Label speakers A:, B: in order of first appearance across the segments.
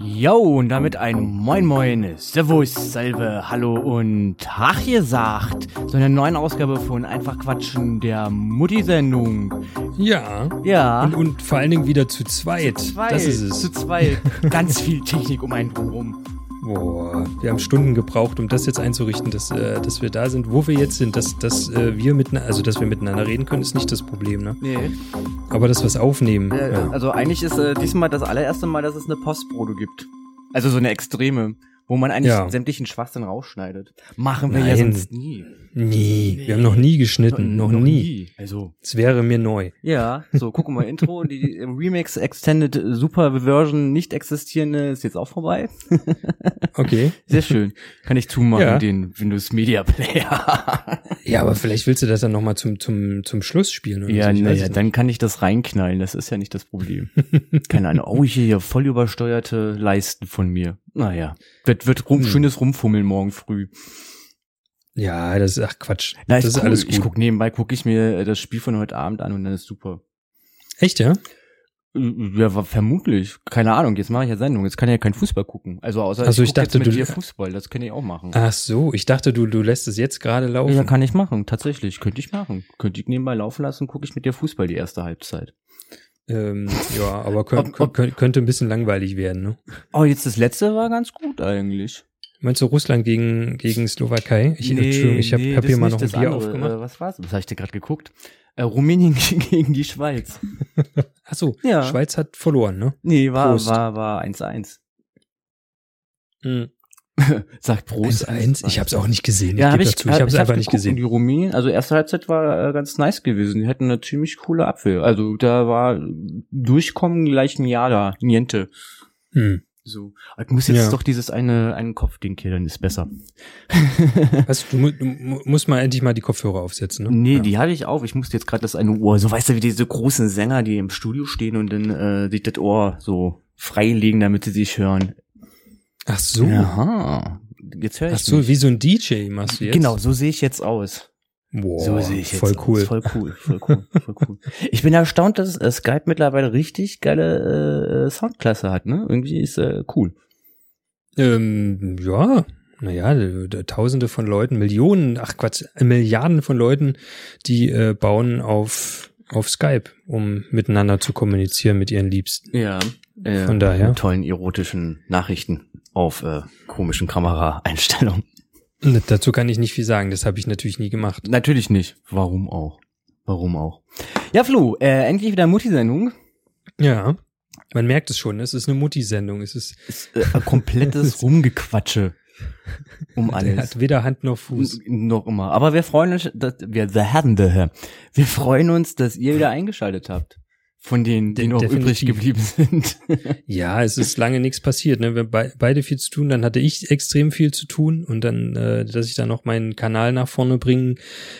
A: Jo, und damit ein Moin Moin, Servus, Salve, Hallo und Hach gesagt zu einer neuen Ausgabe von Einfach Quatschen, der Mutti-Sendung.
B: Ja.
A: Ja,
B: Und, und vor allen Dingen wieder zu zweit.
A: zwei,
B: Das ist
A: Ah. zu
B: es.
A: zwei, ganz viel Technik um einen herum.
B: Boah, wir haben Stunden gebraucht, um das jetzt einzurichten, dass, äh, dass wir da sind, wo wir jetzt sind. Dass, dass, äh, wir miteinander, also, dass wir miteinander reden können, ist nicht das Problem. Ne?
A: Nee,
B: Aber dass wir es aufnehmen.
A: äh,
B: ja.
A: also eigentlich ist äh, diesmal das allererste Mal, dass es eine Postprodu gibt. Also so eine extreme, wo man eigentlich
B: Ja.
A: sämtlichen Schwachsinn rausschneidet. Machen wir ja
B: Nein.
A: sonst nie.
B: nee, wir haben noch nie geschnitten. noch, nie.
A: Also.
B: Es wäre mir neu.
A: Ja, so, guck mal, Intro, die die im Remix Extended äh, Super Version nicht existierende ist jetzt auch vorbei.
B: Okay.
A: Sehr schön. Kann ich zumachen,
B: Ja.
A: den Windows Media Player.
B: Ja, aber vielleicht willst du das dann nochmal zum, zum, zum Schluss spielen. Oder
A: ja,
B: so. Ich weiß
A: naja,
B: es nicht.
A: dann kann ich das reinknallen, das ist ja nicht das Problem. Keine Ahnung, oh, hier, hier voll übersteuerte Leisten von mir. Naja, wird, wird rum,
B: Hm.
A: schönes Rumfummeln morgen früh.
B: ja, das ist, ach Quatsch.
A: Na,
B: das ist
A: cool.
B: alles gut.
A: Ich guck nebenbei, gucke ich mir äh, das Spiel von heute Abend an und dann ist super.
B: Echt, ja?
A: Äh, Ja, war vermutlich. Keine Ahnung, jetzt mache ich ja Sendung. Jetzt kann ich ja kein Fußball gucken. Also außer
B: Also ich
A: guck
B: dachte,
A: jetzt mit
B: du-
A: dir Fußball, das kann ich auch machen.
B: Ach so, ich dachte, du, du lässt es jetzt gerade laufen.
A: ja, kann ich machen, tatsächlich. Könnte ich machen. Könnte ich nebenbei laufen lassen, gucke ich mit dir Fußball die erste Halbzeit.
B: Ähm, ja, aber könnt,
A: Ob-
B: könnt, könnt, könnte ein bisschen langweilig werden. Ne?
A: Oh, jetzt das letzte war ganz gut eigentlich.
B: Meinst du Russland gegen, gegen Slowakei? Ich, Entschuldigung, ich habe
A: nee,
B: hab
A: das
B: hier mal
A: nicht,
B: noch ein
A: das
B: Bier
A: andere.
B: aufgemacht.
A: Äh, was war's? Was habe ich denn gerade geguckt? Äh, Rumänien gegen die Schweiz.
B: Ach so,
A: äh, Ja.
B: Schweiz hat verloren, ne?
A: Nee, war
B: Prost.
A: war war 1-1. Hm. Sagt Prost.
B: 1-1, ich habe es auch nicht gesehen.
A: Ja,
B: ich
A: habe
B: gebe
A: ich,
B: dazu, ich habe es einfach nicht
A: geguckt und
B: gesehen.
A: Die Rumänien, also erste Halbzeit war äh, ganz nice gewesen. Die hatten eine ziemlich coole Abwehr. Also da war äh, durchkommen gleich ein Jahr da, niente.
B: Hm.
A: So, ich muss jetzt
B: Ja.
A: doch dieses eine einen Kopfding hier, dann ist besser.
B: Was, du, mu- du mu- musst mal endlich mal die Kopfhörer aufsetzen, ne?
A: Nee,
B: ja.
A: die hatte ich auf. Ich musste jetzt gerade das eine Ohr. So weißt du, wie diese großen Sänger, die im Studio stehen und dann äh, sich das Ohr so freilegen, damit sie sich hören.
B: Ach so,
A: Aha. Jetzt höre ich
B: ach so,
A: mich.
B: wie so ein DJ machst du jetzt?
A: Genau, so sehe ich jetzt aus.
B: Wow,
A: So sehe ich jetzt
B: voll
A: aus.
B: cool.
A: Voll cool, voll cool, voll cool. Ich bin erstaunt, dass äh, Skype mittlerweile richtig geile äh, Soundklasse hat, ne? Irgendwie ist äh, cool.
B: Ähm, ja, naja, d- d- tausende von Leuten, Millionen, ach Quatsch, äh, Milliarden von Leuten, die äh, bauen auf, auf Skype, um miteinander zu kommunizieren mit ihren Liebsten.
A: Ja. Äh,
B: Von daher.
A: Mit tollen erotischen Nachrichten auf äh, komischen Kameraeinstellungen.
B: N- Ne, Dazu kann ich nicht viel sagen, das habe ich natürlich nie gemacht.
A: Natürlich nicht. Warum auch? Warum auch? Ja, Flo, äh, endlich wieder Mutti-Sendung.
B: Ja, man merkt es schon, es ist eine Mutti-Sendung, es ist,
A: Ist, äh, ein komplettes Rumgequatsche um
B: er
A: alles.
B: hat weder Hand noch Fuß.
A: N- Noch immer. Aber wir freuen uns, dass wir, the Herren der Herr. wir freuen uns, dass ihr wieder eingeschaltet habt. Von denen, die
B: De-
A: noch übrig
B: definitiv.
A: geblieben sind.
B: Ja, es ist lange nichts passiert. Ne? Wir haben bei- beide viel zu tun, dann hatte ich extrem viel zu tun und dann, äh, dass ich da noch meinen Kanal nach vorne bringen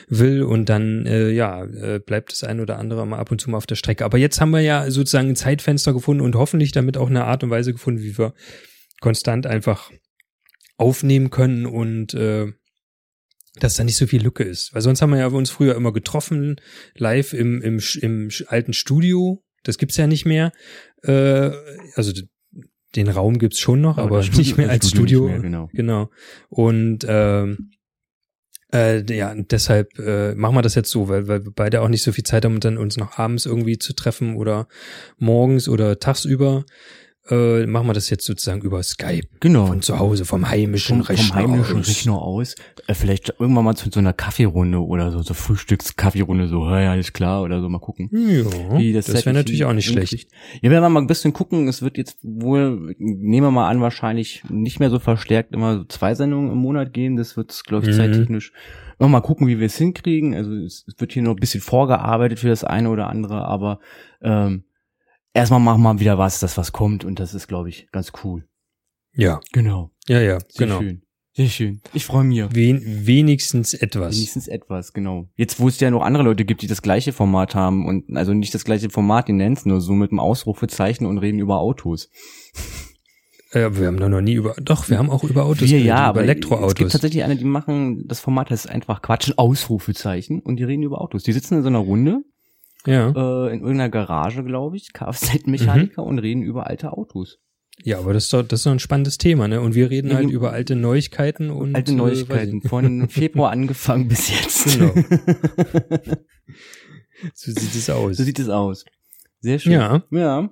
B: will und dann, äh, ja, äh, bleibt das ein oder andere mal ab und zu mal auf der Strecke. Aber jetzt haben wir ja sozusagen ein Zeitfenster gefunden und hoffentlich damit auch eine Art und Weise gefunden, wie wir konstant einfach aufnehmen können und äh, dass da nicht so viel Lücke ist. Weil sonst haben wir ja uns früher immer getroffen, live im, im, Sch- im Sch- alten Studio. Das gibt's ja nicht mehr. Äh, also d- den Raum gibt's schon noch, aber,
A: das Studio-
B: nicht mehr
A: das
B: als Studio.
A: nicht mehr, genau.
B: Genau. Und ähm, äh, ja, und deshalb äh, machen wir das jetzt so, weil, weil wir beide auch nicht so viel Zeit haben, dann uns noch abends irgendwie zu treffen oder morgens oder tagsüber. Äh, machen wir das jetzt sozusagen über Skype
A: genau.
B: von zu Hause, vom heimischen
A: vom,
B: Rechner.
A: vom heimischen
B: aus.
A: Rechner aus. Äh, vielleicht irgendwann mal zu so einer Kaffeerunde oder so, so Frühstückskaffeerunde, so, ja, ja, alles klar, oder so, mal gucken.
B: Ja,
A: Wie
B: Hm? das
A: zeitlich
B: wäre natürlich auch nicht
A: hinkriegt.
B: schlecht.
A: Ja, wenn wir mal ein bisschen gucken, es wird jetzt wohl, nehmen wir mal an, wahrscheinlich nicht mehr so verstärkt immer so zwei Sendungen im Monat gehen. Das wird, glaube ich,
B: Mhm.
A: zeittechnisch. Noch mal gucken, wie wir es hinkriegen. Also es, es wird hier noch ein bisschen vorgearbeitet für das eine oder andere, aber ähm, erstmal machen wir wieder was, das was kommt und das ist, glaube ich, ganz cool.
B: Ja,
A: Genau.
B: ja, ja,
A: Sehr
B: genau.
A: schön. Sehr schön. Ich freue mich.
B: Wen, wenigstens etwas.
A: Wenigstens etwas, genau. Jetzt, wo es ja noch andere Leute gibt, die das gleiche Format haben und also nicht das gleiche Format, die nennen es nur so mit einem Ausrufezeichen und reden über Autos.
B: Äh, wir haben da noch nie über, doch, wir haben auch über Autos
A: Wir
B: geredet,
A: ja,
B: über
A: aber es gibt
B: Elektroautos.
A: tatsächlich eine, die machen, das Format heißt einfach Quatschen, Ausrufezeichen und die reden über Autos. Die sitzen in so einer Runde,
B: Ja. Mhm.
A: äh, in irgendeiner Garage, glaube ich, Kfz-Mechaniker und reden über alte Autos.
B: Ja, aber das ist doch, das ist doch ein spannendes Thema, ne? Und wir reden
A: Ja,
B: halt
A: du-
B: über alte Neuigkeiten und
A: Alte
B: äh,
A: Neuigkeiten. Von Februar angefangen bis jetzt.
B: Genau. weiß nicht, so sieht es aus.
A: so sieht es aus. Sehr schön.
B: ja,
A: Ja.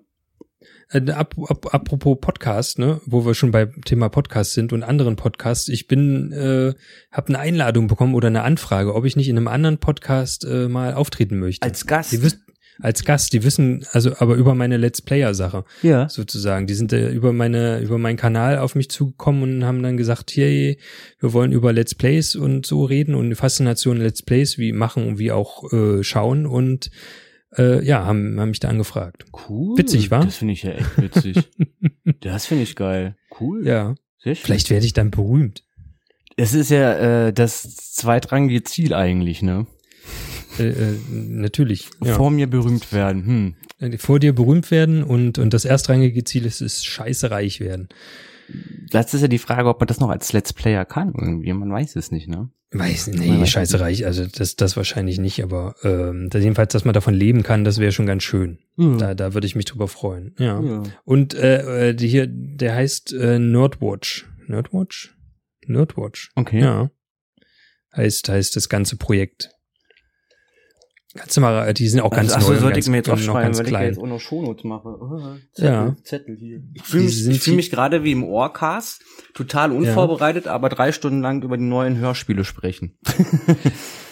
B: äh, ap ap apropos Podcast, ne, wo wir schon beim Thema Podcast sind und anderen Podcasts. Ich bin, äh, habe eine Einladung bekommen oder eine Anfrage, ob ich nicht in einem anderen Podcast äh, mal auftreten möchte.
A: Als Gast.
B: die wissen, als Gast, die wissen, also aber über meine Let's Player Sache.
A: ja.
B: sozusagen. Die sind äh, über meine über meinen Kanal auf mich zugekommen und haben dann gesagt, hey, wir wollen über Let's Plays und so reden und die Faszination Let's Plays wie machen und wie auch äh, schauen und äh, ja, haben, haben mich da angefragt.
A: Cool.
B: Witzig, wa?
A: Das finde ich ja echt witzig. das finde ich geil. Cool.
B: Ja,
A: Sehr schön.
B: vielleicht werde ich dann berühmt.
A: Es ist ja äh, das zweitrangige Ziel eigentlich, ne?
B: Äh, äh, natürlich. Ja. Vor,
A: Vor mir berühmt werden. Hm.
B: Vor dir berühmt werden und und das erstrangige Ziel ist es scheiße reich werden.
A: Das ist ja die Frage, ob man das noch als Let's Player kann irgendwie. Man weiß es nicht, ne?
B: Weiß
A: Man
B: nee,
A: weiß
B: scheiße reich, also das das wahrscheinlich nicht, aber ähm, das jedenfalls, dass man davon leben kann, das wäre schon ganz schön. Da, da würde ich mich drüber freuen. Mhm. Ja.
A: ja.
B: Und äh, äh, die hier, der heißt äh, Nerdwatch. Nerdwatch? Nerdwatch.
A: Okay.
B: Ja. Heißt, heißt das ganze Projekt. Kannst du mal, äh, die sind auch ganz
A: also,
B: neu.
A: achso, sollte
B: ganz,
A: ich mir jetzt
B: und
A: auch
B: noch
A: schreiben,
B: ganz
A: weil ich ja
B: klein.
A: jetzt auch noch Shownotes mache. Oh,
B: Ja.
A: Zettel hier. Ich fühle mich,
B: Diese sind
A: ich fühl
B: die-
A: mich gerade wie im Ohrcast, total unvorbereitet, aber drei Stunden lang über die neuen Hörspiele sprechen.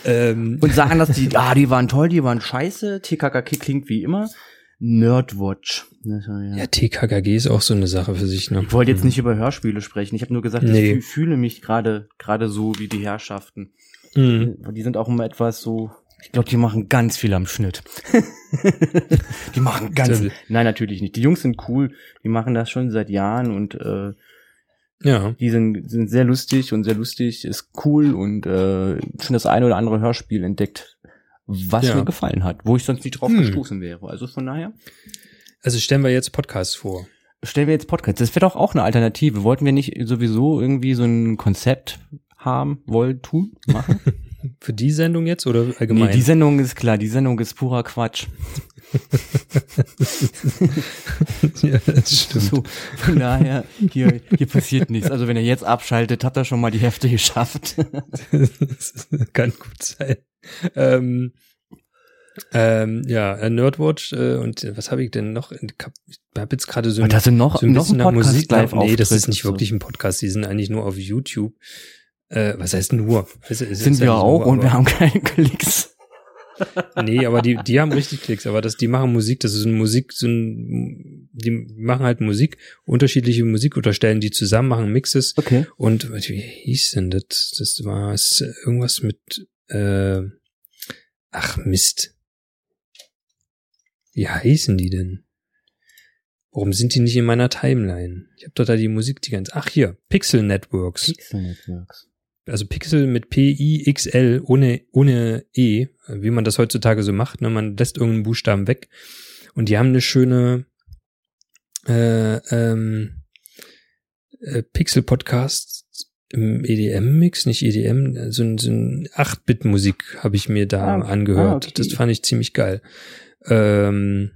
B: ähm,
A: Und sagen, dass die, ah, die waren toll, die waren scheiße, TKKG klingt wie immer. Nerdwatch. Das war ja-
B: ja, TKKG ist auch so eine Sache für sich. Ne?
A: Ich wollte jetzt nicht über Hörspiele sprechen. Ich habe nur gesagt,
B: Nee.
A: ich fü- fühle mich gerade gerade so wie die Herrschaften.
B: Mhm.
A: Die sind auch immer etwas so. Ich glaube, die machen ganz viel am Schnitt. die machen ganz.
B: Sehr-
A: Nein, natürlich nicht. Die Jungs sind cool. Die machen das schon seit Jahren und äh,
B: Ja.
A: die sind, sind sehr lustig und sehr lustig ist cool und äh, schon das eine oder andere Hörspiel entdeckt, was
B: Ja.
A: mir gefallen hat, wo ich sonst nicht drauf
B: Hm.
A: gestoßen wäre. Also von daher
B: Also stellen wir jetzt Podcasts vor.
A: stellen wir jetzt Podcasts. Das wäre doch auch eine Alternative. Wollten wir nicht sowieso irgendwie so ein Konzept haben, wollen, tun, machen?
B: Für die Sendung jetzt oder allgemein?
A: nee, die Sendung ist klar, die Sendung ist purer Quatsch.
B: ja, das stimmt.
A: So, von daher, hier, hier passiert nichts. Also wenn ihr jetzt abschaltet, habt ihr schon mal die Hälfte geschafft.
B: das kann gut sein. Ähm, ähm, ja, äh, Nerdwatch äh, und äh, was habe ich denn noch? Ich habe jetzt gerade so, ein-
A: sind noch,
B: so ein bisschen nach Musik.
A: live
B: nee, das ist
A: Auftritt.
B: nicht wirklich ein Podcast. Die sind eigentlich nur auf YouTube. Äh, was heißt nur? Also, es ist
A: Sind
B: ja
A: wir
B: nicht
A: auch
B: nur,
A: und wir
B: aber-
A: haben keine Klicks.
B: Nee, aber die, die haben richtig Klicks. Aber das, die machen Musik. Das ist eine Musik. So ein, die machen halt Musik, unterschiedliche Musik oder stellen die zusammen, machen Mixes.
A: Okay.
B: Und was- wie hieß denn das? Das war es, äh, irgendwas mit, äh, ach Mist. Wie heißen die denn? Warum sind die nicht in meiner Timeline? Ich habe doch da die Musik die ganze. Ach hier, Pixel Networks.
A: Pixel Networks.
B: Also Pixel mit P-I-X-L ohne, ohne E, wie man das heutzutage so macht. Ne? Man lässt irgendeinen Buchstaben weg. Und die haben eine schöne äh, ähm, äh, Pixel-Podcast im EDM-Mix, nicht EDM, äh, so, ein- so ein 8-Bit-Musik habe ich mir da
A: Ah, okay.
B: angehört.
A: Ah, okay.
B: Das fand ich ziemlich geil. Ähm,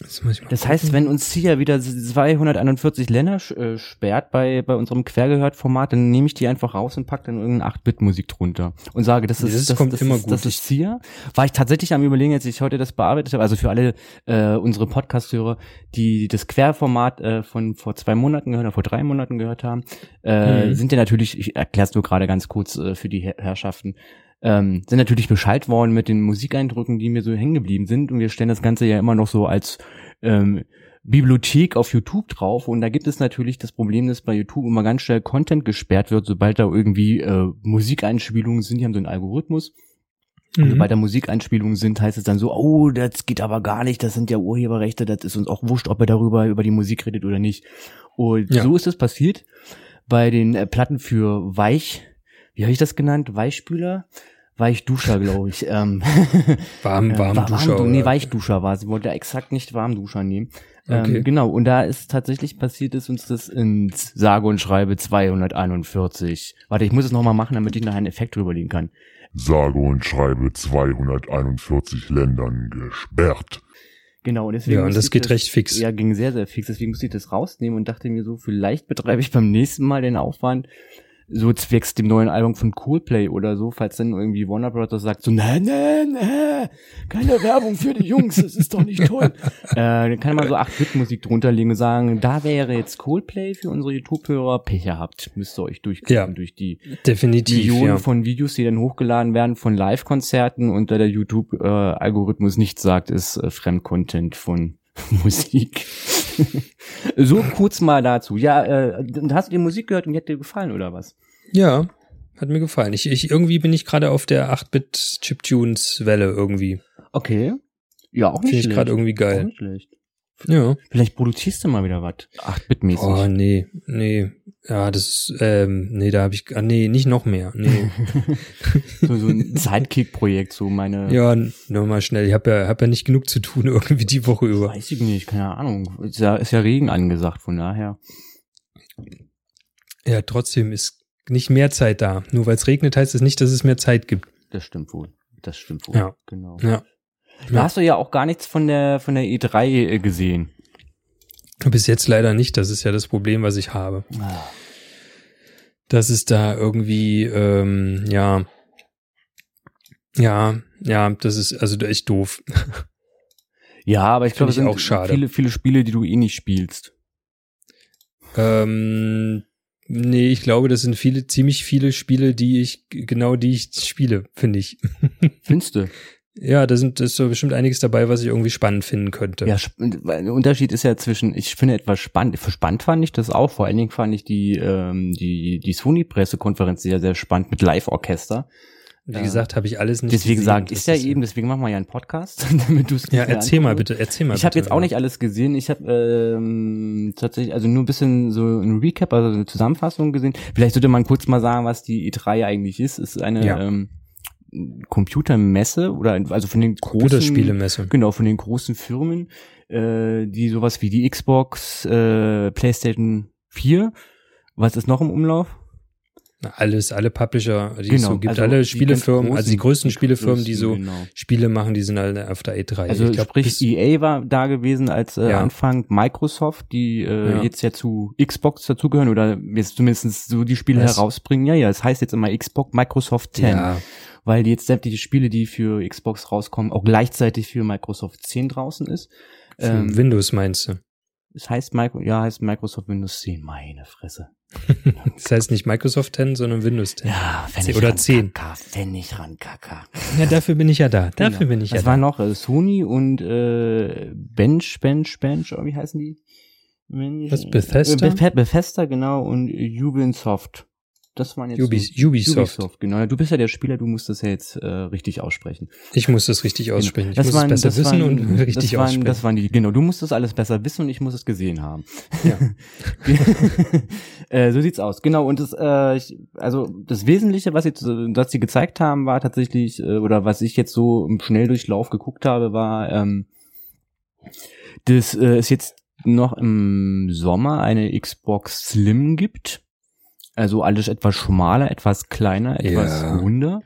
B: das muss ich mal
A: Das heißt,
B: gucken.
A: wenn uns hier wieder 241 Länder sch- äh, sperrt bei, bei unserem Quergehört-Format, dann nehme ich die einfach raus und packe dann irgendeinen 8-Bit-Musik drunter und sage, das ist
B: Das
A: das,
B: kommt
A: das,
B: immer
A: ist,
B: gut.
A: das ist hier. War ich tatsächlich am überlegen, als ich heute das bearbeitet habe, also für alle äh, unsere Podcast-Hörer, die das Querformat äh, von vor zwei Monaten gehört oder vor drei Monaten gehört haben, äh,
B: Mhm.
A: sind ja natürlich, ich erkläre es nur gerade ganz kurz äh, für die Her Herrschaften, ähm, sind natürlich Bescheid worden mit den Musikeindrücken, die mir so hängen geblieben sind. Und wir stellen das Ganze ja immer noch so als ähm, Bibliothek auf YouTube drauf. Und da gibt es natürlich das Problem, dass bei YouTube immer ganz schnell Content gesperrt wird, sobald da irgendwie äh, Musikeinspielungen sind. Die haben so einen Algorithmus. Und
B: Mhm.
A: sobald da Musikeinspielungen sind, heißt es dann so, oh, das geht aber gar nicht, das sind ja Urheberrechte, das ist uns auch wurscht, ob er darüber über die Musik redet oder nicht. Und
B: Ja.
A: so ist es passiert bei den äh, Platten für Weich, wie habe ich das genannt? Weichspüler? Weichduscher, glaube ich. ähm,
B: warm,
A: äh,
B: warm,
A: wa-
B: Duscher.
A: Warmdu- nee,
B: oder-
A: Weichduscher war es. Ich wollte exakt nicht Warmduscher nehmen.
B: Okay.
A: Ähm, genau, und da ist tatsächlich passiert, ist uns das ins sage und schreibe 241. Warte, ich muss es nochmal machen, damit ich nachher einen Effekt drüberlegen kann.
C: sage und schreibe 241 Ländern gesperrt.
A: Genau, und deswegen.
B: Ja, und
A: musste
B: das
A: ich
B: geht recht fix.
A: Ja, ging sehr, sehr fix. Deswegen musste ich das rausnehmen und dachte mir so, vielleicht betreibe ich beim nächsten Mal den Aufwand, so zwecks dem neuen Album von Coolplay oder so, falls dann irgendwie Warner Brothers sagt so, ne, ne, ne, keine Werbung für die Jungs, das ist doch nicht toll. äh, dann kann man so acht Bit-Musik drunter legen und sagen, da wäre jetzt Coolplay für unsere YouTube-Hörer, Pech gehabt, müsst ihr euch durchklicken
B: Ja.
A: durch die
B: Definitiv,
A: Millionen
B: ja.
A: von Videos, die dann hochgeladen werden von Live-Konzerten und da der YouTube-Algorithmus nichts sagt, ist äh, Fremdcontent von Musik. so kurz mal dazu. Ja, äh, hast du die Musik gehört und die hat dir gefallen oder was?
B: Ja, hat mir gefallen. Ich, ich irgendwie bin ich gerade auf der 8-Bit Chiptunes Welle irgendwie.
A: Okay. Ja, auch
B: Finde
A: nicht
B: ich
A: schlecht.
B: gerade irgendwie
A: Auch
B: geil.
A: nicht schlecht.
B: Ja.
A: Vielleicht produzierst du mal wieder was. 8-Bit-mäßig.
B: Oh nee, nee. Ja, das ist, ähm, nee, da habe ich ah, nee, nicht noch mehr. Nee.
A: so, so ein Sidekick-Projekt, so meine...
B: ja, nur mal schnell. Ich habe ja hab ja nicht genug zu tun irgendwie die Woche über.
A: Weiß ich nicht, keine Ahnung. Ist ja, ist ja Regen angesagt, von daher.
B: Ja, trotzdem ist nicht mehr Zeit da. Nur weil es regnet, heißt es nicht, dass es mehr Zeit gibt.
A: Das stimmt wohl. Das stimmt wohl.
B: Ja.
A: Genau.
B: Ja.
A: Da hast du ja auch gar nichts von der von der E3 äh, gesehen.
B: Bis jetzt leider nicht. Das ist ja das Problem, was ich habe. Dass es da irgendwie, ähm, ja, ja, ja, das ist also echt doof.
A: Ja, aber ich glaube,
B: Finde ich
A: es sind
B: auch schade.
A: viele viele Spiele, die du eh nicht spielst.
B: Ähm, nee, ich glaube, das sind viele, ziemlich viele Spiele, die ich, genau die ich spiele, finde ich.
A: Findest du?
B: Ja, da sind, ist so bestimmt einiges dabei, was ich irgendwie spannend finden könnte.
A: Ja, sp- weil der Unterschied ist ja zwischen, ich finde etwas spannend, spannend fand ich das auch, vor allen Dingen fand ich die, ähm, die, die Sony-Pressekonferenz sehr, sehr spannend mit Live-Orchester.
B: Wie
A: Ja.
B: gesagt, habe ich alles nicht
A: Deswegen
B: gesehen.
A: sag, ist
B: Das eh
A: ja eben, deswegen machen wir ja einen Podcast, damit du es
B: Ja, erzähl mal bitte, erzähl mal
A: Ich habe
B: bitte.
A: jetzt auch nicht alles gesehen. Ich habe ähm, tatsächlich also nur ein bisschen so ein Recap, also eine Zusammenfassung gesehen. Vielleicht sollte man kurz mal sagen, was die E3 eigentlich ist. Es ist eine
B: Ja.
A: ähm, Computermesse oder ein- also von den großen
B: Computerspielemesse.
A: genau von den großen Firmen, äh, die sowas wie die Xbox, äh, PlayStation 4, was ist noch im Umlauf?
B: Na, Alles, alle Publisher, die es so gibt,
A: also
B: alle
A: die
B: Spielefirmen,
A: ganz
B: also die größten Spielefirmen, die so
A: größten, genau.
B: Spiele machen, die sind alle auf der E3.
A: Also
B: ich glaub,
A: sprich,
B: bis-
A: EA war da gewesen als äh,
B: Ja.
A: Anfang Microsoft, die äh,
B: Ja.
A: jetzt ja zu Xbox dazugehören oder jetzt zumindest so die Spiele
B: Was?
A: herausbringen. Ja, ja, es heißt jetzt immer Xbox Microsoft 10,
B: ja,
A: weil jetzt sämtliche Spiele, die für Xbox rauskommen, auch gleichzeitig für Microsoft 10 draußen ist.
B: für
A: Ähm,
B: Windows meinst du.
A: es heißt, Micro ja, heißt Microsoft Windows 10, meine Fresse.
B: Das heißt nicht Microsoft 10, sondern Windows 10.
A: Ja, wenn
B: Zehn- oder zehn.
A: rankacke, wenn ich rankacke.
B: Ja, dafür bin ich ja da. Dafür
A: Genau.
B: bin ich ja
A: Was
B: da.
A: waren noch? Äh, Sony und äh, Bench, Bench, Bench, oder wie heißen die? Mensch,
B: Was, Bethesda?
A: Äh, Beth Bethesda, genau, und äh, Ubisoft. Das waren jetzt
B: Ubis-
A: so-
B: Ubisoft.
A: Genau, ja, du bist ja der Spieler, du musst das ja jetzt äh, richtig aussprechen.
B: Ich muss das richtig aussprechen. Ich
A: Das
B: muss
A: waren-
B: es besser
A: das
B: wissen
A: waren-
B: und richtig
A: das waren,
B: aussprechen.
A: Das waren die, genau, du musst das alles besser wissen und ich muss es gesehen haben.
B: Ja.
A: äh, so sieht's aus, genau. Und das, äh, ich, also das Wesentliche, was jetzt, äh, was sie gezeigt haben, war tatsächlich, äh, oder was ich jetzt so im Schnelldurchlauf geguckt habe, war, ähm, das äh, ist jetzt noch im Sommer eine Xbox Slim gibt. Also alles etwas schmaler, etwas kleiner, etwas
B: Ja.
A: runder.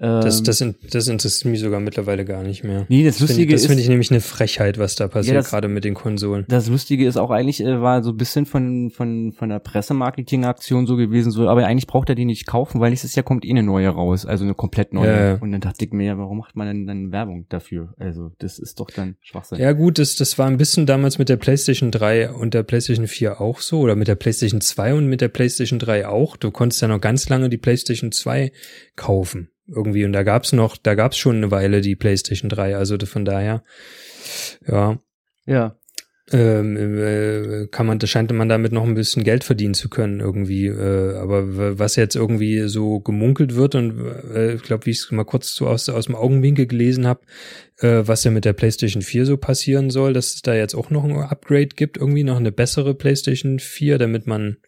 A: Ähm,
B: das, das, in- das interessiert mich sogar mittlerweile gar nicht mehr.
A: nee, das
B: Das finde ich,
A: Lustige
B: das
A: ist,
B: find ich nämlich eine Frechheit, was da passiert,
A: das-
B: gerade mit den Konsolen.
A: das Lustige ist auch eigentlich, äh, war so ein bisschen von, von, von der Pressemarketing-Aktion so gewesen, so, aber eigentlich braucht er die nicht kaufen, weil nächstes Jahr kommt eh eine neue raus, also eine komplett neue.
B: Ja, ja.
A: Und dann dachte ich mir, ja, warum macht man denn dann Werbung dafür? Also, das ist doch dann Schwachsinn.
B: Ja gut, das, das war ein bisschen damals mit der PlayStation 3 und der PlayStation 4 auch so oder mit der PlayStation 2 und mit der PlayStation 3 auch. Du konntest ja noch ganz lange die PlayStation 2 kaufen irgendwie und da gab's noch, da gab's schon eine Weile die PlayStation 3, also von daher ja,
A: Ja.
B: ähm, äh, kann man, das scheint man damit noch ein bisschen Geld verdienen zu können irgendwie. Äh, aber w- was jetzt irgendwie so gemunkelt wird und äh, ich glaube, wie ich es mal kurz so aus, aus dem Augenwinkel gelesen habe, äh, was ja mit der PlayStation 4 so passieren soll, dass es da jetzt auch noch ein Upgrade gibt, irgendwie noch eine bessere PlayStation 4, damit man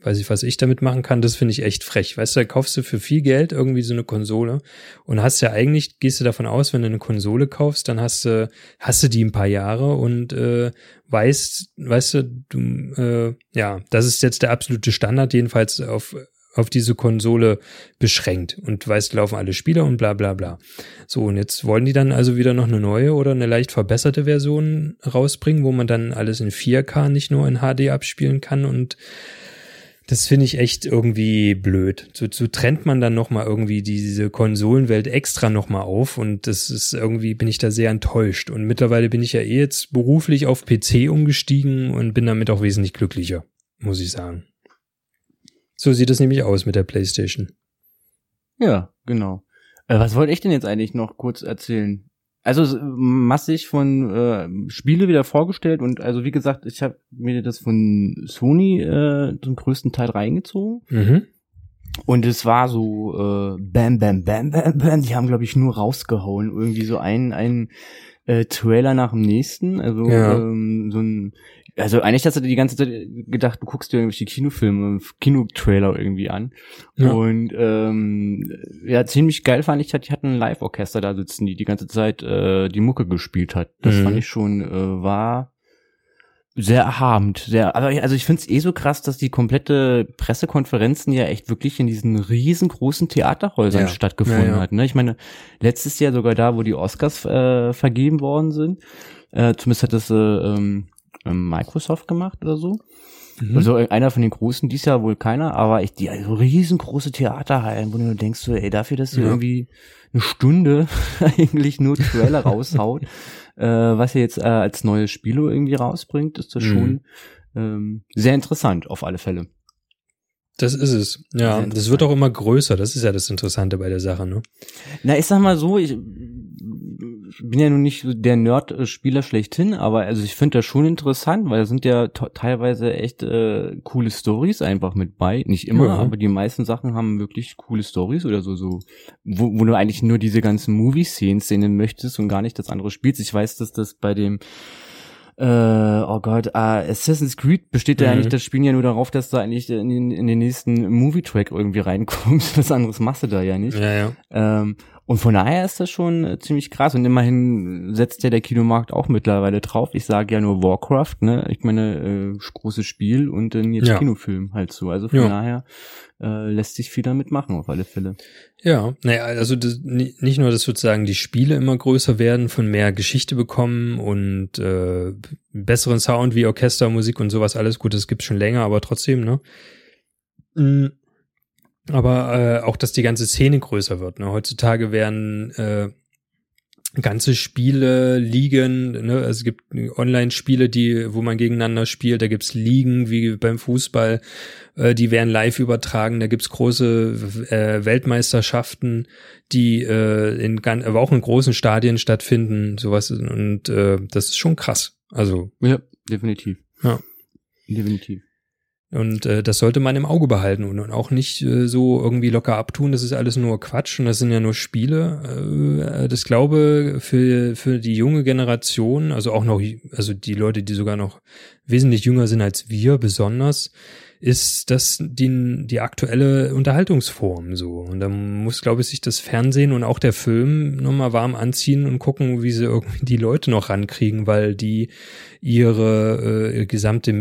B: weiß ich, was ich damit machen kann, das finde ich echt frech. Weißt du, da kaufst du für viel Geld irgendwie so eine Konsole und hast ja eigentlich, gehst du davon aus, wenn du eine Konsole kaufst, dann hast du, hast du die ein paar Jahre und äh, weißt, weißt du, du, äh, ja, das ist jetzt der absolute Standard, jedenfalls auf auf diese Konsole beschränkt und weißt, laufen alle Spieler und bla bla bla. So, und jetzt wollen die dann also wieder noch eine neue oder eine leicht verbesserte Version rausbringen, wo man dann alles in 4K nicht nur in HD abspielen kann und das finde ich echt irgendwie blöd. So, so trennt man dann nochmal irgendwie diese Konsolenwelt extra nochmal auf und das ist irgendwie, bin ich da sehr enttäuscht. Und mittlerweile bin ich ja eh jetzt beruflich auf PC umgestiegen und bin damit auch wesentlich glücklicher, muss ich sagen. So sieht es nämlich aus mit der Playstation.
A: Ja, genau. Äh, was wollte ich denn jetzt eigentlich noch kurz erzählen? Also s- massig von äh, Spiele wieder vorgestellt und also wie gesagt, ich habe mir das von Sony äh, zum größten Teil reingezogen
B: Mhm.
A: und es war so äh, Bam Bam Bam Bam Bam. Die haben glaube ich nur rausgehauen irgendwie so einen einen äh, Trailer nach dem nächsten. Also
B: Ja.
A: ähm, so ein also eigentlich hast du dir die ganze Zeit gedacht, du guckst dir irgendwelche Kinofilme, Kinotrailer irgendwie an.
B: Ja.
A: Und ähm, ja, ziemlich geil fand ich, halt, die hatten ein Live-Orchester da sitzen, die die ganze Zeit äh, die Mucke gespielt hat. Das
B: Mhm.
A: fand ich schon, äh, war sehr erhabend. Sehr, aber ich- also ich find's eh so krass, dass die komplette Pressekonferenzen ja echt wirklich in diesen riesengroßen Theaterhäusern
B: Ja.
A: stattgefunden
B: Ja, ja.
A: hat. Ne? Ich meine, letztes Jahr sogar da, wo die Oscars äh, vergeben worden sind. Äh, zumindest hat das äh, ähm, Microsoft gemacht oder so.
B: Mhm.
A: Also einer von den großen, dies Jahr wohl keiner, aber ich, die also riesengroße Theaterhallen, wo du nur denkst, so, ey, dafür, dass du
B: Ja.
A: irgendwie eine Stunde eigentlich nur Trailer raushaut, äh, was ihr jetzt äh, als neues Spiel irgendwie rausbringt, ist das
B: Mhm.
A: schon ähm, sehr interessant auf alle Fälle.
B: Das ist es. Ja,
A: Sehr
B: das wird auch immer größer. Das ist ja das Interessante bei der Sache, ne?
A: Na, ich sag mal so, ich bin ja nun nicht so der Nerd-Spieler schlechthin, aber also ich finde das schon interessant, weil da sind ja to- teilweise echt äh, coole Stories einfach mit bei. Nicht immer,
B: Ja.
A: aber die meisten Sachen haben wirklich coole Stories oder so, so wo, wo du eigentlich nur diese ganzen Movie-Szenen sehen möchtest und gar nicht das andere spielst. Ich weiß, dass das bei dem äh, oh Gott, ah, Assassin's Creed besteht ja
B: Mhm.
A: eigentlich das Spiel ja nur darauf, dass du eigentlich in den, in den nächsten Movie-Track irgendwie reinkommst. Was anderes machst du da ja nicht.
B: Ja, ja.
A: Ähm, und von daher ist das schon äh, ziemlich krass. Und immerhin setzt ja der Kinomarkt auch mittlerweile drauf. Ich sage ja nur Warcraft, ne? Ich meine, äh, großes Spiel und dann jetzt
B: Ja.
A: Kinofilm halt so. Also von
B: Ja.
A: daher äh, lässt sich viel damit machen, auf alle Fälle.
B: Ja, naja, also das, ni- nicht nur, dass sozusagen die Spiele immer größer werden, von mehr Geschichte bekommen und äh, besseren Sound wie Orchestermusik und sowas, alles gut, das gibt's schon länger, aber trotzdem, ne? Mm, Aber äh, auch, dass die ganze Szene größer wird. Ne? Heutzutage werden äh, ganze Spiele, Ligen, ne? also es gibt Online-Spiele, die, wo man gegeneinander spielt, da gibt's Ligen wie beim Fußball, äh, die werden live übertragen, da gibt's große äh, Weltmeisterschaften, die äh, in gan- aber auch in großen Stadien stattfinden, sowas und äh, das ist schon krass. Also
A: Ja, definitiv.
B: Ja.
A: Definitiv.
B: und äh, das sollte man im Auge behalten und, und auch nicht äh, so irgendwie locker abtun. Das ist alles nur Quatsch und das sind ja nur Spiele. Äh, das glaube für für die junge Generation, also auch noch, also die Leute, die sogar noch wesentlich jünger sind als wir, besonders ist das die, die aktuelle Unterhaltungsform so. Und da muss, glaube ich, sich das Fernsehen und auch der Film nochmal warm anziehen und gucken, wie sie irgendwie die Leute noch rankriegen, weil die ihre äh, gesamte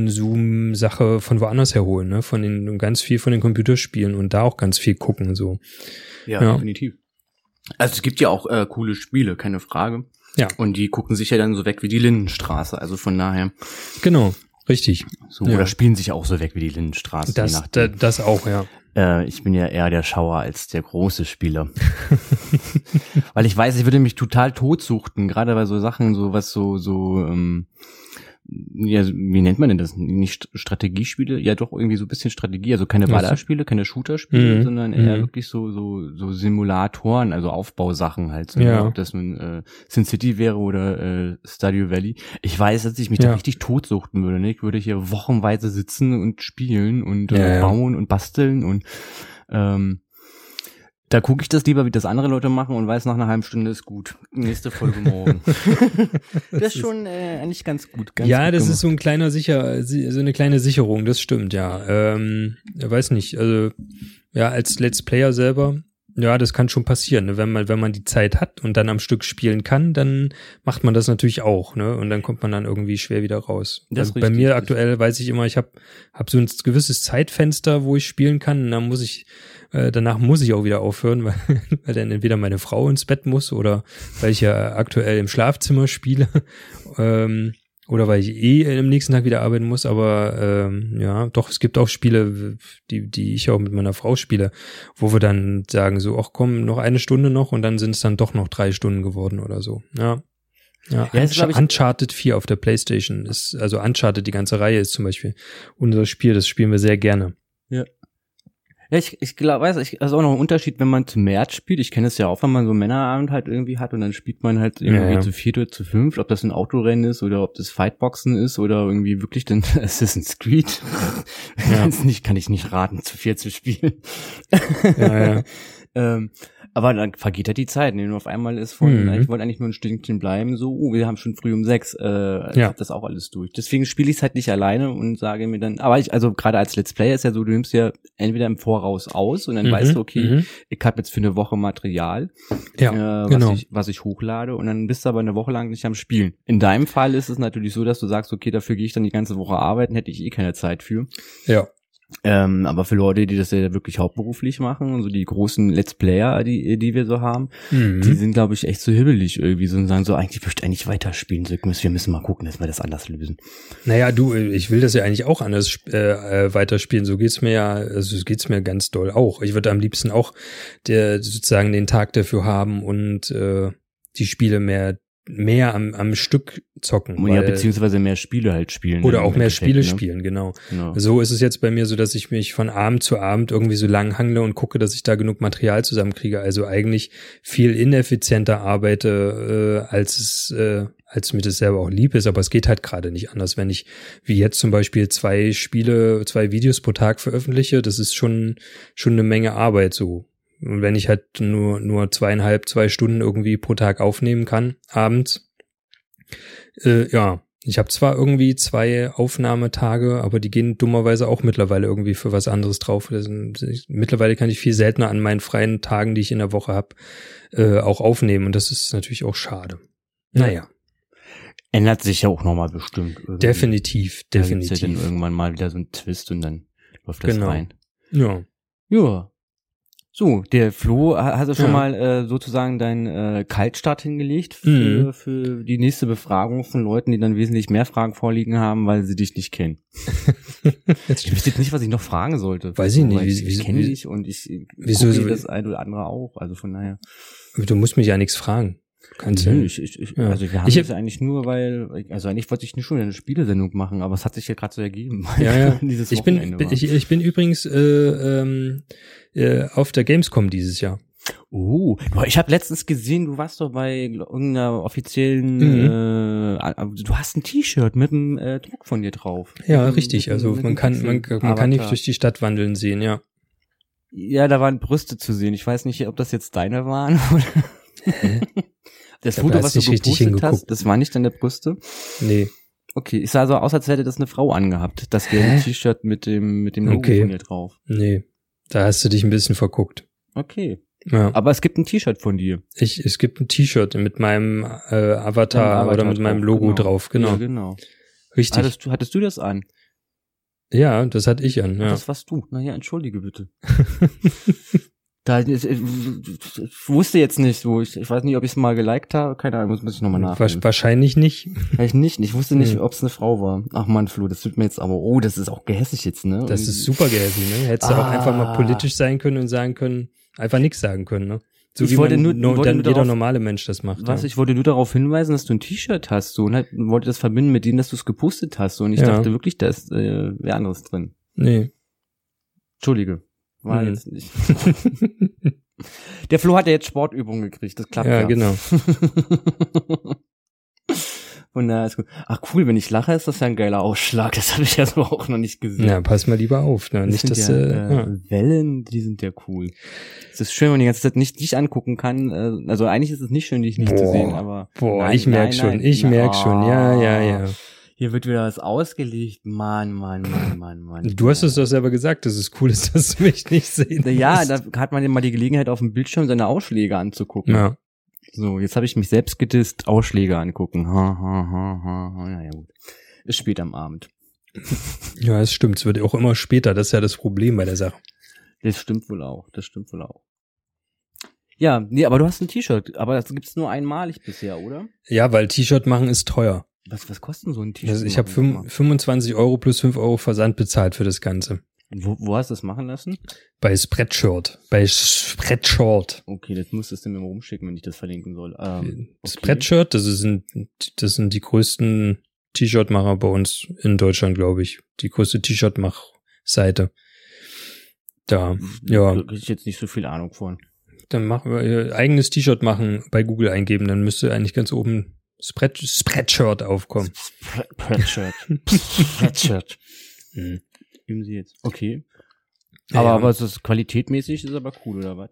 B: Medienkonsum-Sache von woanders herholen, ne? Von den ganz viel von den Computerspielen und da auch ganz viel gucken so. Ja.
A: definitiv. Also es gibt ja auch äh, coole Spiele, keine Frage.
B: Ja.
A: Und die gucken sich ja dann so weg wie die Lindenstraße. Also von daher.
B: Genau, richtig.
A: So,
B: Ja.
A: Oder spielen sich auch so weg wie die Lindenstraße. Also je
B: Das,
A: nachdem.
B: da, das auch, ja.
A: Äh, ich bin ja eher der Schauer als der große Spieler. Weil ich weiß, ich würde mich total totsuchten, gerade bei so Sachen, so was so, so, ähm, ja, wie nennt man denn das? Nicht St- Strategiespiele? Ja, doch irgendwie so ein bisschen Strategie, also keine
B: Ach so.
A: Ballerspiele, keine Shooterspiele,
B: Mhm.
A: sondern eher
B: Mhm.
A: wirklich so, so, so Simulatoren, also Aufbausachen halt, so,
B: Ja.
A: ob das nun äh, Sin City wäre oder äh, Stadio Valley. Ich weiß, dass ich mich da
B: Ja.
A: richtig totsuchten würde, ne? Ich würde hier wochenweise sitzen und spielen und
B: Ja,
A: äh,
B: ja.
A: bauen und basteln und ähm, da gucke ich das lieber, wie das andere Leute machen und weiß, nach einer halben Stunde ist gut. Nächste Folge morgen. das ist schon äh, eigentlich ganz gut. Ganz
B: ja,
A: gut
B: das
A: gemacht.
B: ist so ein kleiner Sicher, so eine kleine Sicherung, das stimmt, ja. Ähm, weiß nicht, also ja, als Let's Player selber Ja, das kann schon passieren. Ne? Wenn man, wenn man die Zeit hat und dann am Stück spielen kann, dann macht man das natürlich auch, ne? Und dann kommt man dann irgendwie schwer wieder raus.
A: Das
B: also
A: ist
B: bei
A: richtig,
B: mir
A: das ist-
B: aktuell weiß ich immer, ich habe hab so ein gewisses Zeitfenster, wo ich spielen kann. Und dann muss ich, äh, danach muss ich auch wieder aufhören, weil, weil dann entweder meine Frau ins Bett muss oder weil ich ja aktuell im Schlafzimmer spiele. Ähm, oder weil ich eh am nächsten Tag wieder arbeiten muss, aber ähm, ja, doch, es gibt auch Spiele, die, die ich auch mit meiner Frau spiele, wo wir dann sagen, so, ach komm, noch eine Stunde noch und dann sind es dann doch noch drei Stunden geworden oder so. Ja. Ja,
A: Ja, es ist,
B: Unch
A: glaub ich-
B: Uncharted 4 auf der Playstation ist, also Uncharted, die ganze Reihe ist zum Beispiel unser Spiel, das spielen wir sehr gerne.
A: Ja, ich, ich glaube, weiß, ich, das ist auch noch ein Unterschied, wenn man zu März spielt. Ich kenne es ja auch, wenn man so einen Männerabend halt irgendwie hat und dann spielt man halt irgendwie
B: Ja, ja.
A: zu viert oder zu fünft, ob das ein Autorennen ist oder ob das Fightboxen ist oder irgendwie wirklich dann Assassin's Creed.
B: Ja.
A: Kann's nicht, kann ich nicht raten, zu viert zu spielen.
B: Ja, ja.
A: ähm, aber dann vergeht ja die Zeit, ne? Und auf einmal ist von,
B: Mhm.
A: ich wollte eigentlich nur ein Stündchen bleiben, so, oh, wir haben schon früh um sechs, äh, ich
B: Ja.
A: hab das auch alles durch. Deswegen spiele ich es halt nicht alleine und sage mir dann, aber ich, also gerade als Let's Player ist ja so, du nimmst ja entweder im Voraus aus und dann weißt du, okay,
B: mhm.
A: ich habe jetzt für eine Woche Material,
B: Ja,
A: äh, was,
B: genau.
A: ich, was ich hochlade und dann bist du aber eine Woche lang nicht am Spielen. In deinem Fall ist es natürlich so, dass du sagst, okay, dafür gehe ich dann die ganze Woche arbeiten, hätte ich eh keine Zeit für.
B: ja.
A: Ähm, aber für Leute, die das ja wirklich hauptberuflich machen und so die großen Let's Player, die, die wir so haben, die
B: Mhm.
A: sind, glaube ich, echt so hibbelig irgendwie so und sagen so, eigentlich möchte ich eigentlich weiterspielen, so, ich muss- wir müssen mal gucken, dass wir das anders lösen.
B: Naja, du, ich will das ja eigentlich auch anders sp- äh, äh, weiterspielen. So geht's mir ja, also es geht's mir ganz doll auch. Ich würde am liebsten auch der sozusagen den Tag dafür haben und äh, die Spiele mehr mehr am, am Stück zocken.
A: Und ja,
B: weil-
A: beziehungsweise mehr Spiele halt spielen.
B: oder
A: im
B: auch mehr
A: Endeffekt,
B: Spiele
A: ne?
B: spielen, genau.
A: Genau.
B: So ist es jetzt bei mir so, dass ich mich von Abend zu Abend irgendwie so lang hangle und gucke, dass ich da genug Material zusammenkriege. Also eigentlich viel ineffizienter arbeite, äh, als es, äh, als mir das selber auch lieb ist. Aber es geht halt gerade nicht anders. Wenn ich wie jetzt zum Beispiel zwei Spiele, zwei Videos pro Tag veröffentliche, das ist schon, schon eine Menge Arbeit so. Und wenn ich halt nur, nur zweieinhalb, zwei Stunden irgendwie pro Tag aufnehmen kann, abends, äh, ja, ich habe zwar irgendwie zwei Aufnahmetage, aber die gehen dummerweise auch mittlerweile irgendwie für was anderes drauf. Das sind, ich, mittlerweile kann ich viel seltener an meinen freien Tagen, die ich in der Woche habe, äh, auch aufnehmen. Und das ist natürlich auch schade. Naja,
A: Ändert sich ja auch nochmal bestimmt. Irgendwie.
B: definitiv,
A: Da gibt's ja dann
B: definitiv.
A: irgendwann mal wieder so einen Twist und dann läuft das
B: Genau.
A: rein.
B: Ja,
A: Ja. So, der Flo ha- hat ja schon
B: Ja.
A: mal äh, sozusagen deinen äh, Kaltstart hingelegt für,
B: Mhm.
A: für die nächste Befragung von Leuten, die dann wesentlich mehr Fragen vorliegen haben, weil sie dich nicht kennen. Ich wüsste jetzt nicht, was ich noch fragen sollte.
B: Weiß ich nicht,
A: Weil Ich,
B: wie-
A: ich
B: wie-
A: kenne
B: wie-
A: dich und ich äh,
B: wieso-
A: gucke
B: so-
A: das ein oder andere auch. Also von daher.
B: du musst mich ja nichts fragen. Kannst du.
A: Nö, ich, ich, ich,
B: Ja.
A: Also wir haben
B: Ich hab-
A: das eigentlich nur, weil, also eigentlich wollte ich nicht schon wieder eine Spielesendung machen, aber es hat sich ja gerade so ergeben.
B: Ja, ja.
A: Dieses
B: Ich bin,
A: Wochenende
B: bin
A: war.
B: ich, ich bin übrigens äh, ähm, äh, auf der Gamescom dieses Jahr.
A: Oh, boah, ich habe letztens gesehen, du warst doch bei irgendeiner offiziellen,
B: Mhm.
A: äh, a- du hast ein T-Shirt mit einem äh, Druck von dir drauf.
B: Ja,
A: Mit einem- Mhm, mit
B: richtig.
A: einem-
B: Also
A: mit
B: man
A: einem
B: kann, man,
A: Pixel-
B: man kann dich
A: Avatar.
B: durch die Stadt wandeln sehen, ja.
A: Ja, da waren Brüste zu sehen. Ich weiß nicht, ob das jetzt deine waren oder. Das
B: Mhm. Ich glaub,
A: Foto,
B: da
A: was
B: hast
A: du
B: nicht richtig
A: gepostet hast,
B: hingeguckt.
A: das war nicht deine Brüste.
B: Nee.
A: Okay, es sah so aus, als hätte das eine Frau angehabt, das gelbe
B: Hä?
A: T-Shirt mit dem mit dem Logo
B: Okay.
A: von dir drauf.
B: Nee, da hast du dich ein bisschen verguckt.
A: Okay,
B: Ja.
A: aber es gibt ein T-Shirt von dir.
B: Ich, es gibt ein T-Shirt mit meinem äh, Avatar,
A: Deinem Avatar
B: oder mit meinem
A: drauf,
B: Logo
A: genau.
B: drauf, genau.
A: Ja, genau.
B: Richtig.
A: Hattest du, hattest du das an?
B: ja, das hatte ich an. Ja.
A: Das warst du. Naja, entschuldige bitte. da, ich, ich wusste jetzt nicht, wo ich, ich weiß nicht, ob ich es mal geliked habe. Keine Ahnung, muss, muss ich nochmal
B: Wasch-
A: nachgucken.
B: Wahrscheinlich nicht.
A: Vielleicht nicht. Ich wusste nicht,
B: Hm.
A: ob es eine Frau war. Ach man, Flo, das tut mir jetzt aber, oh, das ist auch gehässig jetzt, ne?
B: Das ist super gewesen. Ne? Hättest du auch
A: Ah.
B: einfach mal politisch sein können und sagen können, einfach nichts sagen können. Ne? So
A: Ich
B: wie
A: wollte
B: man,
A: nur-
B: no,
A: wollte
B: dann
A: nur
B: jeder
A: darauf-
B: normale Mensch das macht.
A: Was,
B: ja.
A: ich wollte nur darauf hinweisen, dass du ein T-Shirt hast, so, und halt, wollte das verbinden mit dem, dass du es gepostet hast, so, und ich
B: Ja.
A: dachte wirklich, da ist, äh, wer anderes drin.
B: nee.
A: Entschuldige. War
B: Hm.
A: jetzt nicht. Der Flo hat ja jetzt Sportübungen gekriegt, das klappt ja.
B: ja, genau.
A: Und da ist gut. Ach cool, wenn ich lache, ist das ja ein geiler Ausschlag. Das habe ich ja so auch noch nicht gesehen.
B: Na, pass mal lieber auf. Ne?
A: Das
B: Nicht,
A: sind
B: dass
A: ja, äh,
B: äh, ja.
A: Wellen, die sind ja cool. Es ist schön, wenn man die ganze Zeit nicht dich angucken kann. Äh, Also eigentlich ist es nicht schön, dich nicht zu
B: Boah.
A: sehen, aber
B: Boah,
A: Nein, Oh.
B: ich merk
A: nein,
B: schon,
A: nein.
B: ich merk schon. Ja, ja, ja.
A: Hier wird wieder was ausgelegt. Mann, Mann, Mann, Mann, Mann.
B: Du hast es doch selber gesagt, dass es cool ist, dass du mich nicht sehen
A: Ja,
B: musst.
A: da hat man ja mal die Gelegenheit, auf dem Bildschirm seine Ausschläge anzugucken.
B: ja.
A: So, jetzt habe ich mich selbst gedisst, Ausschläge angucken. Ha, ha, ha, ha, ha. Naja, gut. Ist spät am Abend.
B: ja, das stimmt. Es wird auch immer später. Das ist ja das Problem bei der Sache.
A: Das stimmt wohl auch. Das stimmt wohl auch. Ja, nee, aber du hast ein T-Shirt. Aber das gibt's nur einmalig bisher, oder?
B: Ja, weil T-Shirt machen ist teuer.
A: Was, was kostet denn so ein T-Shirt?
B: Also ich habe
A: machen?
B: 25 Euro plus 5 Euro Versand bezahlt für das Ganze.
A: Wo, wo hast du das machen lassen?
B: Bei Spreadshirt. Bei Spreadshirt.
A: Okay, das müsstest du mir mal rumschicken, wenn ich das verlinken soll. Ähm, okay.
B: Spreadshirt, das sind, das sind die größten T-Shirt-Macher bei uns in Deutschland, glaube ich. Die größte T-Shirt-Mach-Seite. Da, ja.
A: Da krieg ich jetzt nicht so viel Ahnung von.
B: Dann machen wir ihr eigenes T-Shirt machen, bei Google eingeben, dann müsste eigentlich ganz oben Spread, Spreadshirt aufkommen.
A: Spread- Spreadshirt. Spreadshirt.
B: Mhm.
A: Hm. Üben Sie jetzt. Okay.
B: Ja,
A: aber
B: ja.
A: aber es ist qualitätmäßig, ist aber cool, oder was?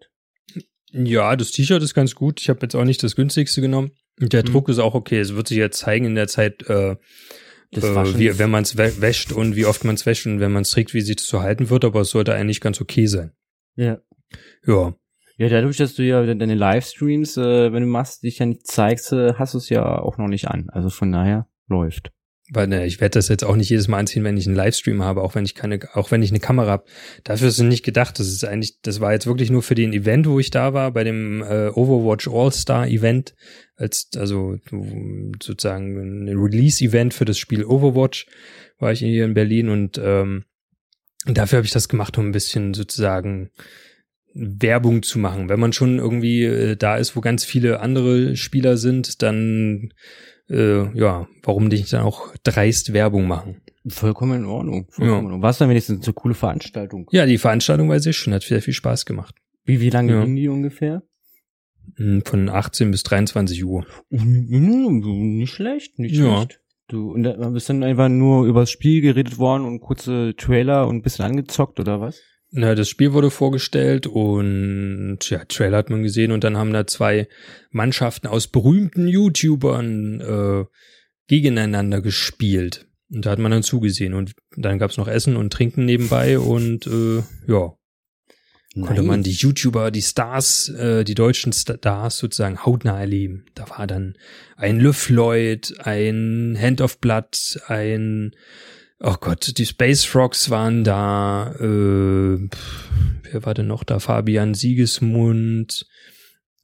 B: Ja, das T-Shirt ist ganz gut. Ich habe jetzt auch nicht das günstigste genommen. Und der
A: Mhm.
B: Druck ist auch okay. Es wird sich ja zeigen in der Zeit, äh,
A: Das
B: äh,
A: Waschen
B: wie,
A: ist-
B: wenn man es wäscht und wie oft man es wäscht und wenn man es trägt, wie sich das so halten wird. Aber es sollte eigentlich ganz okay sein.
A: Ja.
B: Ja,
A: Ja, dadurch, dass du ja de- deine Livestreams, äh, wenn du machst, dich ja nicht zeigst, äh, hast du es ja auch noch nicht an. Also von daher läuft.
B: weil ne, ich werde das jetzt auch nicht jedes Mal anziehen, wenn ich einen Livestream habe, auch wenn ich keine, auch wenn ich eine Kamera habe. Dafür ist es nicht gedacht. Das ist eigentlich, das war jetzt wirklich nur für den Event, wo ich da war, bei dem äh, Overwatch All-Star Event, als also du- sozusagen ein Release-Event für das Spiel Overwatch war ich hier in Berlin und ähm, dafür habe ich das gemacht, um ein bisschen sozusagen Werbung zu machen. Wenn man schon irgendwie äh, da ist, wo ganz viele andere Spieler sind, dann äh, ja, warum nicht dann auch dreist Werbung machen?
A: Vollkommen in Ordnung. Vollkommen
B: Ja.
A: in Ordnung. War es dann wenigstens eine so coole Veranstaltung?
B: Ja, die Veranstaltung war sehr schön, hat sehr viel Spaß gemacht.
A: Wie, wie lange
B: Ja.
A: ging die ungefähr?
B: Hm, Von 18 bis 23 Uhr.
A: Hm, Nicht schlecht, nicht
B: Ja.
A: schlecht. Du, und da bist dann einfach nur übers Spiel geredet worden und kurze Trailer und ein bisschen angezockt, oder was?
B: Na, das Spiel wurde vorgestellt und ja, Trailer hat man gesehen und dann haben da zwei Mannschaften aus berühmten YouTubern äh, gegeneinander gespielt. Und da hat man dann zugesehen und dann gab's noch Essen und Trinken nebenbei und äh, ja, konnte man die YouTuber, die Stars, äh, die deutschen Stars sozusagen hautnah erleben. Da war dann ein Lüff Lloyd, ein Hand of Blood, ein Oh Gott, die Space Frogs waren da. Äh, pff, wer war denn noch da? Fabian Siegesmund.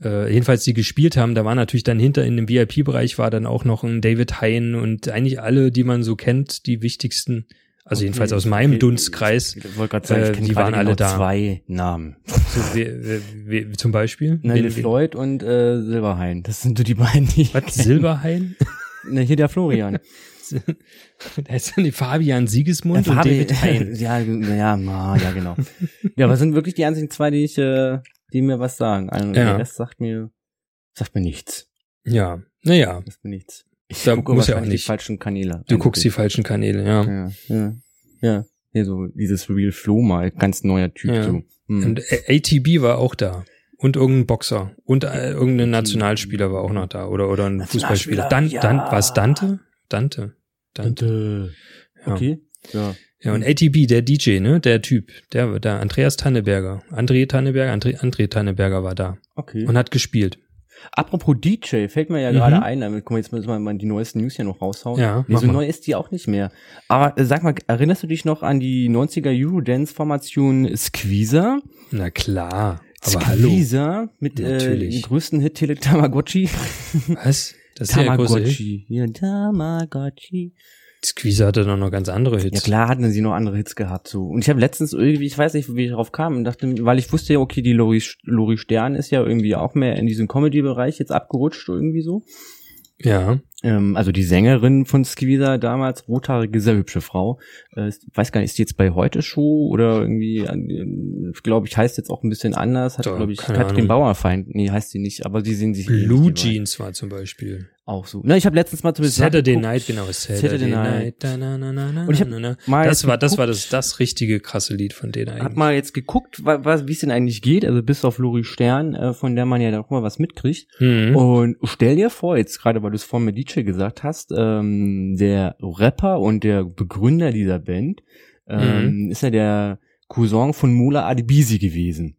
B: Äh, jedenfalls, die gespielt haben, da war natürlich dann hinter in dem VIP-Bereich war dann auch noch ein David Hein und eigentlich alle, die man so kennt, die wichtigsten, also jedenfalls aus meinem Dunstkreis.
A: Ich, ich wollte gerade sagen,
B: äh,
A: ich kenne
B: die
A: gerade
B: waren
A: genau
B: alle da.
A: zwei Namen.
B: So, wer, wer, wer, zum Beispiel?
A: Ne,
B: Wen-
A: Liv
B: wen-
A: Floyd und äh, Silberhain. Das sind so die beiden, die. ich
B: Was?
A: kenn.
B: Silberhain?
A: Ne, hier der Florian.
B: da ist dann die Fabian Siegesmund
A: Ja,
B: und
A: Fabi-
B: David Hein.
A: Ja, ge- ja, ma, ja, genau. ja, aber es sind wirklich die einzigen zwei, die ich, äh, die mir was sagen. Also,
B: Ja.
A: Der Rest sagt mir, sagt mir nichts.
B: Ja, naja,
A: Sagt mir nichts. Ich
B: Da
A: gucke
B: muss ja auch
A: wahrscheinlich
B: nicht.
A: die falschen Kanäle.
B: du guckst die falschen Kanäle, ja.
A: Ja, ja, ja. Hier so dieses Real Flow mal, ganz neuer Typ
B: Ja.
A: so. Hm.
B: Und A- ATB war auch da. Und irgendein Boxer. Und äh, irgendein Nationalspieler war auch noch da. Oder, oder ein Fußballspieler.
A: Nationalspieler,
B: Dan, Dan,
A: ja.
B: was, Dante? Dante.
A: Und,
B: Dante.
A: äh,
B: Ja.
A: okay. Ja.
B: Ja, und ATB, der DJ, ne? Der Typ. Der, der Andreas Tanneberger. André Tanneberger, André, André Tanneberger war da.
A: Okay.
B: Und hat gespielt.
A: Apropos DJ, fällt mir ja
B: Mhm.
A: gerade ein, damit guck mal, jetzt müssen wir mal die neuesten News hier noch raushauen.
B: Ja,
A: nee,
B: mach
A: so
B: mal.
A: neu ist die auch nicht mehr. Aber äh, sag mal, erinnerst du dich noch an die 90er Eurodance-Formation Squeezer?
B: Na klar. Aber hallo.
A: Squeezer mit äh,
B: Natürlich.
A: dem größten Hit Tele Tamagotchi.
B: Was? Das ist ja der große Hit.
A: Tamagotchi. Ja, Tamagotchi.
B: Squeezer hatte doch noch ganz andere Hits.
A: Ja klar hatten sie noch andere Hits gehabt so. Und ich habe letztens irgendwie, ich weiß nicht, wie ich darauf kam und dachte, weil ich wusste ja, okay, die Lori, Lori Stern ist ja irgendwie auch mehr in diesem Comedy-Bereich jetzt abgerutscht irgendwie so.
B: Ja.
A: Ähm, also die Sängerin von Skeezer damals, rothaarige, sehr hübsche Frau. Äh, ist- weiß gar nicht, ist die jetzt bei Heute Show oder irgendwie, glaube ich, heißt jetzt auch ein bisschen anders. Hat,
B: Doch,
A: glaube ich,
B: keine
A: Katrin
B: Ahnung.
A: Bauerfeind. Nee, heißt sie nicht, aber sie sehen sich. ähnlich,
B: Blue
A: die beiden.
B: Jeans war zum Beispiel.
A: auch so. Na, ich habe letztens mal zum Beispiel
B: Saturday
A: nachgeguckt.
B: Night, genau. Saturday,
A: Saturday
B: Night.
A: Night.
B: Da, na, na, na, na,
A: Und ich hab
B: na, na.
A: mal
B: das
A: jetzt
B: war, das war
A: geguckt.
B: das, das richtige krasse Lied von denen eigentlich.
A: Hat mal jetzt geguckt, wa- was, wie es denn eigentlich geht, also bis auf Lori Stern, äh, von der man ja doch mal was mitkriegt.
B: mhm.
A: Und stell dir vor, jetzt gerade weil du es vorhin mit DJ gesagt hast, ähm, der Rapper und der Begründer dieser Band ähm,
B: Mhm.
A: ist ja der Cousin von Mola Adebisi gewesen.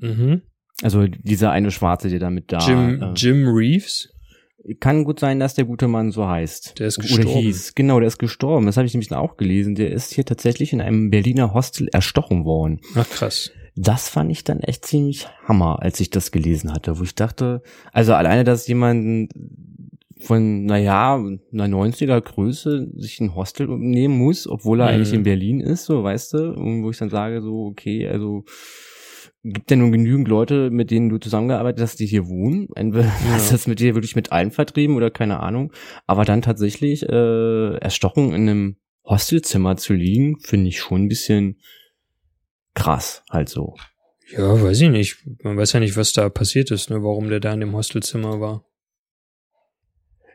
B: Mhm.
A: Also dieser eine Schwarze, der damit da.
B: Jim,
A: äh,
B: Jim Reeves.
A: Kann gut sein, dass der gute Mann so heißt.
B: Der ist
A: Oder
B: gestorben.
A: hieß. Genau, der ist gestorben. Das habe ich nämlich dann auch gelesen. Der ist hier tatsächlich in einem Berliner Hostel erstochen worden.
B: Ach krass.
A: Das fand ich dann echt ziemlich Hammer, als ich das gelesen hatte, wo ich dachte, also alleine, dass jemand von, naja, einer 90er Größe sich ein Hostel nehmen muss, obwohl er
B: Mhm.
A: eigentlich in Berlin ist, so, weißt du, und wo ich dann sage, so, okay, also, gibt ja nun genügend Leute, mit denen du zusammengearbeitet hast, die hier wohnen, entweder hast du das mit dir wirklich mit allen vertrieben oder keine Ahnung, aber dann tatsächlich, äh, erstochen in einem Hostelzimmer zu liegen, finde ich schon ein bisschen krass, halt so.
B: Ja, weiß ich nicht. Man weiß ja nicht, was da passiert ist, ne? warum der da in dem Hostelzimmer war.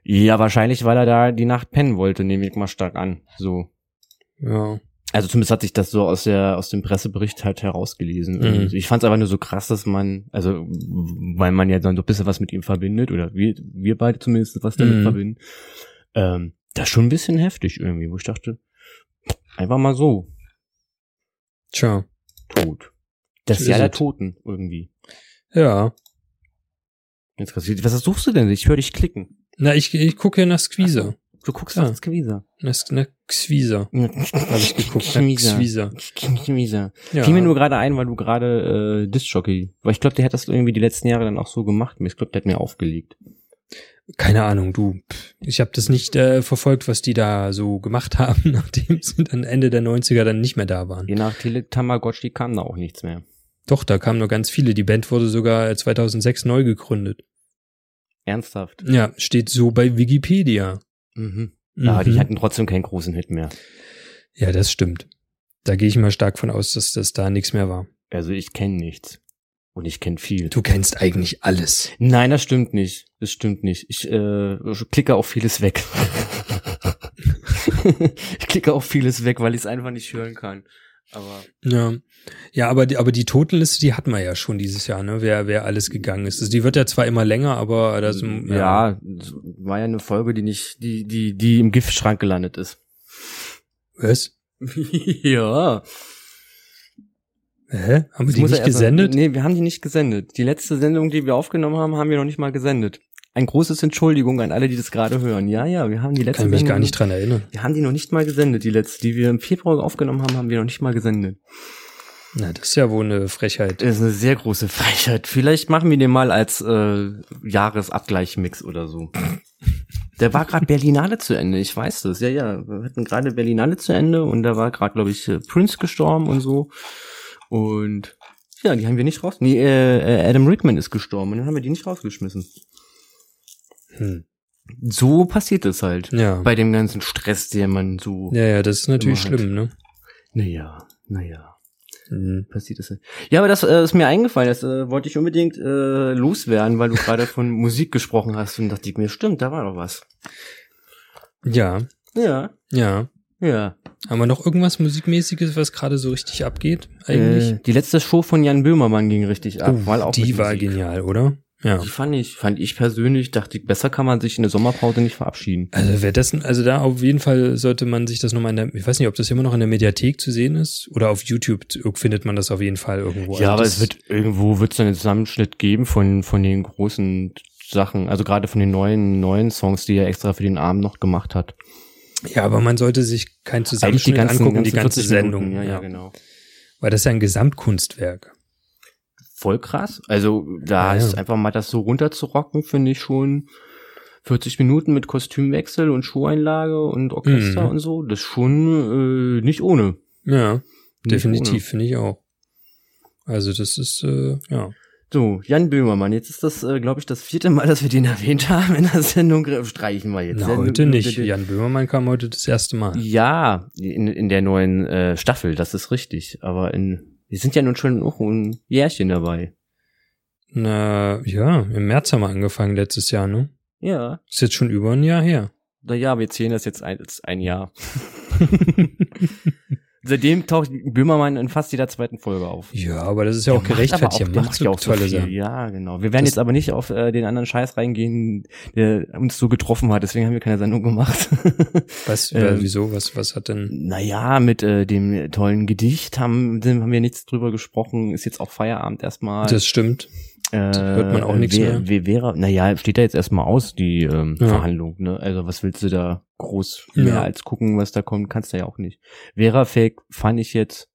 A: Ja, wahrscheinlich, weil er da die Nacht pennen wollte, nehme ich mal stark an. So.
B: Ja.
A: Also zumindest hat sich das so aus der aus dem Pressebericht halt herausgelesen. Also
B: Mhm.
A: Ich fand es einfach nur so krass, dass man, also weil man ja dann so ein bisschen was mit ihm verbindet, oder wir, wir beide zumindest was damit
B: Mhm.
A: verbinden, ähm, das ist schon ein bisschen heftig irgendwie, wo ich dachte, einfach mal so,
B: Tja.
A: tot. Das
B: So
A: Jahr
B: ist
A: der
B: es.
A: Toten irgendwie.
B: Ja.
A: Jetzt kassiert- was suchst du denn? Ich höre dich klicken.
B: Na, ich, ich gucke nach Squeezer.
A: Du guckst
B: Ja.
A: ja. aufs Gewiser.
B: Nach, nach Squeezer. Habe Ah. ich geguckt. Nach
A: Gewiser.
B: Squeezer.
A: Gewiser.
B: Ja.
A: Fiel mir nur gerade ein, weil du gerade äh, Disc-Jockey, weil ich glaube, der hat das irgendwie die letzten Jahre dann auch so gemacht. Ich glaube, der hat mir aufgelegt.
B: Keine Ahnung, du. pff, Ich habe das nicht äh, verfolgt, was die da so gemacht haben, nachdem sie dann Ende der 90er dann nicht mehr da waren.
A: Je nach Tele Tamagotchi kam da auch nichts mehr.
B: Doch, da kamen noch ganz viele. Die Band wurde sogar 2006 neu gegründet.
A: Ernsthaft.
B: Ja, steht so bei Wikipedia.
A: Mhm. Ja,
B: Mhm.
A: die hatten trotzdem keinen großen Hit mehr.
B: ja, das stimmt. Da gehe ich mal stark von aus, dass das da nichts mehr war.
A: Also ich kenne nichts. Und ich kenne viel.
B: Du kennst eigentlich alles.
A: Nein, das stimmt nicht. Das stimmt nicht. Ich äh, klicke auch vieles weg. ich klicke auch vieles weg, weil ich es einfach nicht hören kann. Aber
B: Ja, ja aber, die, aber die Totenliste, die hatten wir ja schon dieses Jahr, ne? Wer, wer alles gegangen ist. Also die wird ja zwar immer länger, aber äh, das,
A: ja, es war ja eine Folge, die nicht, die, die, die im Giftschrank gelandet ist.
B: Was?
A: ja.
B: Hä? Haben wir
A: Ich
B: die
A: muss ja erst
B: nicht
A: mal-
B: gesendet?
A: Nee, wir haben die nicht gesendet. Die letzte Sendung, die wir aufgenommen haben, haben wir noch nicht mal gesendet. Ein großes Entschuldigung an alle, die das gerade hören. Ja, ja, wir haben die letzte
B: Kann mich
A: Sendung,
B: gar nicht dran erinnern.
A: Wir haben die noch nicht mal gesendet, die letzte, die wir im Februar aufgenommen haben, haben wir noch nicht mal gesendet.
B: Na, das ist ja wohl eine Frechheit.
A: Das ist eine sehr große Frechheit. Vielleicht machen wir den mal als äh, Jahresabgleichmix oder so. Der war gerade Berlinale zu Ende, ich weiß das. Ja, ja, wir hatten gerade Berlinale zu Ende und da war gerade, glaube ich, äh, Prince gestorben und so. Und ja, die haben wir nicht raus. Nee, äh, äh, Adam Rickman ist gestorben und dann haben wir die nicht rausgeschmissen.
B: Hm.
A: So passiert es halt.
B: Ja.
A: Bei dem ganzen Stress, der man so.
B: ja, ja, das ist natürlich
A: Immer halt.
B: schlimm, ne?
A: Naja, naja.
B: Hm.
A: passiert ist. Ja, aber das äh, ist mir eingefallen, das äh, wollte ich unbedingt äh, loswerden, weil du gerade von Musik gesprochen hast und dachte ich mir, stimmt, da war doch was.
B: Ja,
A: Ja,
B: ja.
A: ja.
B: Haben wir noch irgendwas Musikmäßiges, was gerade so richtig abgeht, eigentlich?
A: Äh, die letzte Show von Jan Böhmermann ging richtig ab,
B: Oh,
A: weil auch
B: die
A: mit
B: war
A: Musik.
B: genial, oder? Ja.
A: Die fand ich, fand ich persönlich, dachte ich, besser kann man sich in der Sommerpause nicht verabschieden.
B: Also wer das, also da auf jeden Fall sollte man sich das nochmal in der, ich weiß nicht, ob das immer noch in der Mediathek zu sehen ist oder auf YouTube findet man das auf jeden Fall irgendwo.
A: ja,
B: Also
A: aber
B: das-
A: es wird irgendwo wird es einen Zusammenschnitt geben von von den großen Sachen, also gerade von den neuen neuen Songs, die er extra für den Abend noch gemacht hat.
B: Ja, aber man sollte sich kein
A: Eigentlich
B: Zusammenschnitt angucken, die ganze
A: 40 Minuten,
B: Sendung.
A: Ja, ja, genau.
B: Weil das ist ja ein Gesamtkunstwerk.
A: voll krass. Also da
B: Ja, ja.
A: ist einfach mal das so runterzurocken, finde ich schon 40 Minuten mit Kostümwechsel und Schuheinlage und Orchester
B: Mhm.
A: und so, das ist schon äh, nicht ohne.
B: Ja,
A: Nicht
B: definitiv, finde ich auch. Also das ist, äh, ja.
A: Ohne. So, Jan Böhmermann, jetzt ist das, äh, glaube ich, das vierte Mal, dass wir den erwähnt haben in der Sendung. Äh, Streichen wir jetzt.
B: Na,
A: Sendung-
B: heute nicht.
A: Ja.
B: Jan Böhmermann kam heute das erste Mal.
A: in, in der neuen äh, Staffel, das ist richtig. Aber in, wir sind ja nun schon auch ein Jährchen dabei.
B: Na, ja, im März haben wir angefangen letztes Jahr, ne?
A: Ja.
B: Ist jetzt schon über ein Jahr her.
A: Na ja, wir zählen das jetzt als ein Jahr. Seitdem taucht Böhmermann in fast jeder zweiten Folge auf.
B: Ja, aber das ist ja auch gerechtfertigt.
A: der macht ja auch so viel. Ja, genau. Wir werden
B: Das-
A: jetzt aber nicht auf äh, den anderen Scheiß reingehen, der uns so getroffen hat. Deswegen haben wir keine Sendung gemacht.
B: Was,
A: Ähm,
B: äh, wieso, was, was hat denn?
A: naja, mit äh, dem tollen Gedicht haben, dem haben wir nichts drüber gesprochen. Ist jetzt auch Feierabend erstmal.
B: Das stimmt.
A: äh,
B: hört man auch nichts
A: wer,
B: mehr.
A: Wer, wäre, naja, steht da jetzt erstmal aus, die ähm,
B: Ja.
A: Verhandlung. Ne? Also was willst du da groß
B: Ja.
A: mehr als gucken, was da kommt? Kannst du ja auch nicht. Vera Fake fand ich jetzt